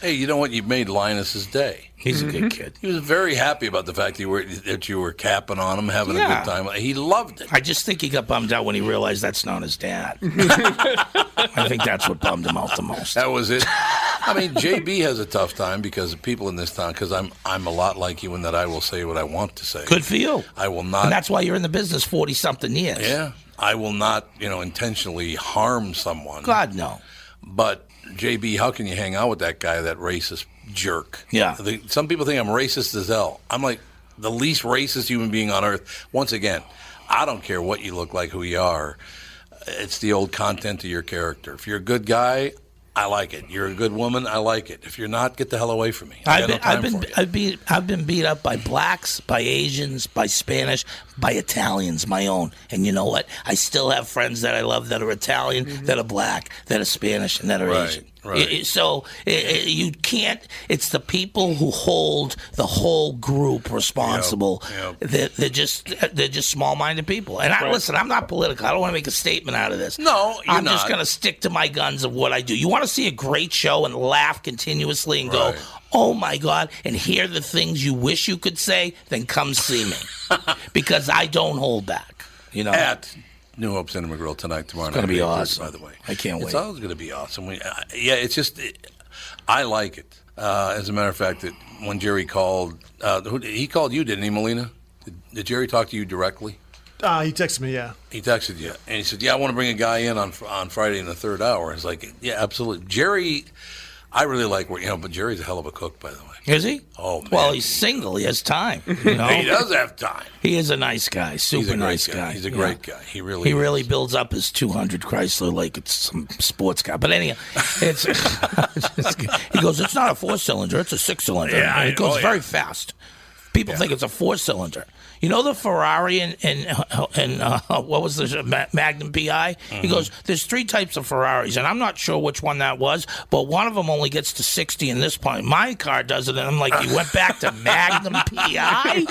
Hey, you know what? You made Linus's day.
He's a good kid.
He was very happy about the fact that you were that you were capping on him, having
Yeah.
a good time. He loved it.
I just think he got bummed out when he realized that's not his dad. [laughs] I think that's what bummed him out the most.
That was it. I mean, JB has a tough time because the people in this town. Because I'm I'm a lot like you in that I will say what I want to say.
Good for you.
I will not.
And that's why you're in the business 40 something years.
Yeah, I will not. You know, intentionally harm someone.
God, no.
But JB, how can you hang out with that guy, that racist jerk?
Yeah.
The, some people think I'm racist as hell. I'm like, the least racist human being on earth. Once again, I don't care what you look like, who you are. It's the old content of your character. If you're a good guy, I like it. You're a good woman, I like it. If you're not, get the hell away from me. I
I've
got
been,
no time
I've
for
been,
you.
I've been, I've been beat up by blacks, by Asians, by Spanish, by Italians, my own. And you know what? I still have friends that I love that are Italian, that are black, that are Spanish, and that are
Right,
Asian.
right.
I- I- so i i you can't. It's the people who hold the whole group responsible.
Yep, yep.
They're, they're just they're just small-minded people. And I
Right.
listen. I'm not political. I don't want to make a statement out of this.
No, you're
I'm just
not.
gonna stick to my guns of what I do. You want to see a great show and laugh continuously and
Right.
go, oh my God, and hear the things you wish you could say, then come see
[laughs]
me. because I don't hold back. You know?
At New Hope Cinema Grill tonight, tomorrow
It's gonna
night,
be
April,
awesome.
By the way,
I can't wait.
It's always going to be awesome. We, uh, yeah, it's just it, I like it. Uh, as a matter of fact, that when Jerry called, uh, who, he called you, didn't he, Melina? Did, did Jerry talk to you directly?
Uh, he texted me, yeah.
He texted you, and he said, "Yeah, I want to bring a guy in on on Friday in the third hour." It's like, "Yeah, absolutely." Jerry, I really like where you know, but Jerry's a hell of a cook, by the way.
Is he?
Oh, man.
Well, he's single. He has time. You
[laughs]
know?
he does have time.
He is a nice guy. Super
great
nice
guy.
guy.
He's a
Yeah.
great guy. He really
He
[laughs]
really builds up his 200 Chrysler like it's some sports car. But anyhow, it's [laughs] he goes. It's not a four cylinder. It's a six cylinder.
Yeah, I-
it goes
oh, yeah.
very fast. People think it's a four cylinder. You know the Ferrari and and, and uh, what was the Ma- Magnum PI? He
Mhm.
goes. There's three types of Ferraris, and I'm not sure which one that was, but one of them only gets to 60 in this point. My car does it, and I'm like, you went back to Magnum PI.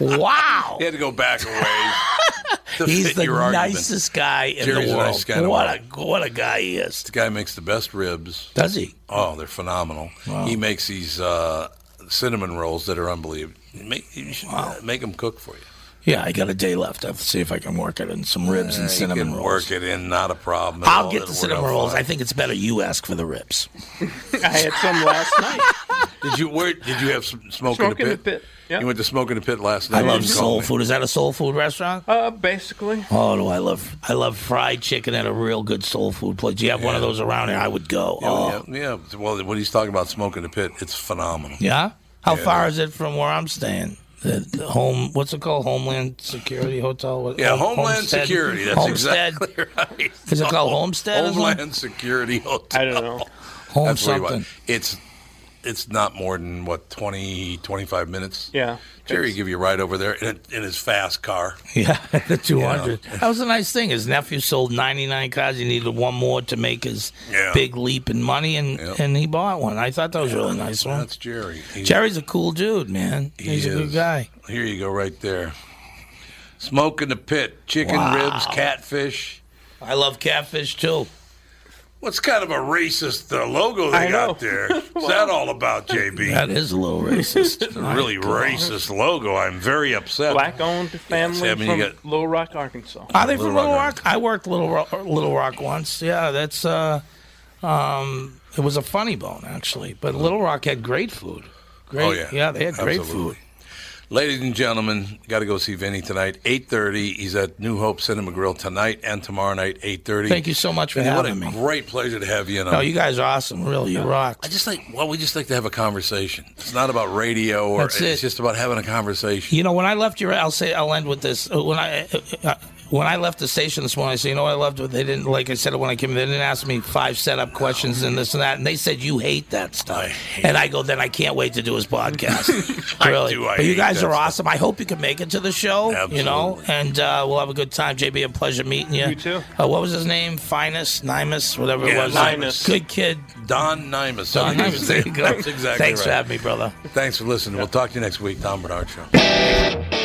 Wow.
He had to [laughs] go back a ways. to
He's
fit
the
your argument.
nicest guy in
Jerry's
the
a
world.
nice guy in the
what
world.
a what a guy he is.
This guy makes the best ribs.
Does he?
Oh, they're phenomenal. He makes these uh, cinnamon rolls that are unbelievable. Make, you should uh, make them cook for you.
Yeah, I got a day left. I'll see if I can work it in some ribs
Uh,
and
you
cinnamon
can
rolls.
Work it in, not a problem. at
I'll
all.
get the
It'll work
cinnamon
out
rolls.
fine.
I think it's better you ask for the ribs.
I had some last
[laughs]
night.
Did you where, Did you have some smoke,
Smoke
in the pit?
yep.
You went to smoke in the pit last
I
night.
love
You
soul
called me.
food. Is that a soul food restaurant?
Uh, basically.
Oh, do I love I love fried chicken at a real good soul food place. Do you have one of
Yeah.
those around here? I would go.
Yeah,
oh.
yeah, yeah. Well, when he's talking about smoke in the pit, it's phenomenal.
Yeah? How
Yeah.
far is it from where I'm staying? The, the home, what's it called? Homeland Security Hotel? What-
Yeah,
Home-
Homeland
Oh, Homestead?
Security. That's
Homestead?
exactly [laughs] right.
Is it called Homestead or something?
Homeland Security Hotel. I don't know.
Home
That's where you
something.
want- It's it's not more than what 20, 25 minutes.
Yeah.
Jerry give you a ride over there in, in his fast car.
[laughs] Yeah, the 200. That was a nice thing. His nephew sold 99 cars. He needed one more to make his
Yeah.
big leap in money, and, and he bought one. I thought that was really nice one.
That's Jerry. He's-
Jerry's a cool dude, man.
He
He's a good
is.
guy.
Here you go, right there. Smoke in the pit, chicken
Wow.
ribs, catfish.
I love catfish too.
What's kind of a racist uh, logo they
I
got
know. [laughs]
there? What's that all about, JB?
That is a little [laughs] racist.
It's a really racist logo. I'm very upset.
Black owned family
I mean,
from
you got oh,
Little Rock, Arkansas.
Are they from Little Rock? I worked Little Rock, Little Rock once. Yeah, that's uh, um, it was a funny bone actually. But Little Rock had great food. Great.
Oh yeah,
they had great food.
Absolutely. Ladies and gentlemen, got to go see Vinny tonight, eight thirty. He's at New Hope Cinema Grill tonight and tomorrow night, eight thirty.
Thank you so much for
what
having
a
me.
Great pleasure to have you. And
No, you guys are awesome. Really, you rock.
I just like well, we just like to have a conversation. It's not about radio or
That's
it's just about having a conversation.
You know, when I left your, I'll say, I'll end with this. Uh, When I, uh, uh, when I left the station this morning, I said, you know what I loved? They didn't, like I said when I came in, they didn't ask me five setup questions and this and that. And they said, you hate that stuff. and I go, then I can't wait to do his podcast. really.
do, [laughs] I
but you
hate
guys
that
are
stuff.
awesome. I hope you can make it to the show, you know, and uh, we'll have a good time. JB, a pleasure meeting you.
You too.
Uh, what was his name? Finus, Nimus, whatever
Yeah,
it was.
Nimus.
Good kid.
Don Nimus.
Don
I think is
Nimus, there
his
you
name.
go.
That's exactly
Thanks for
right.
having me, brother.
Thanks for listening. We'll talk to you next week. Tom Bernard Show.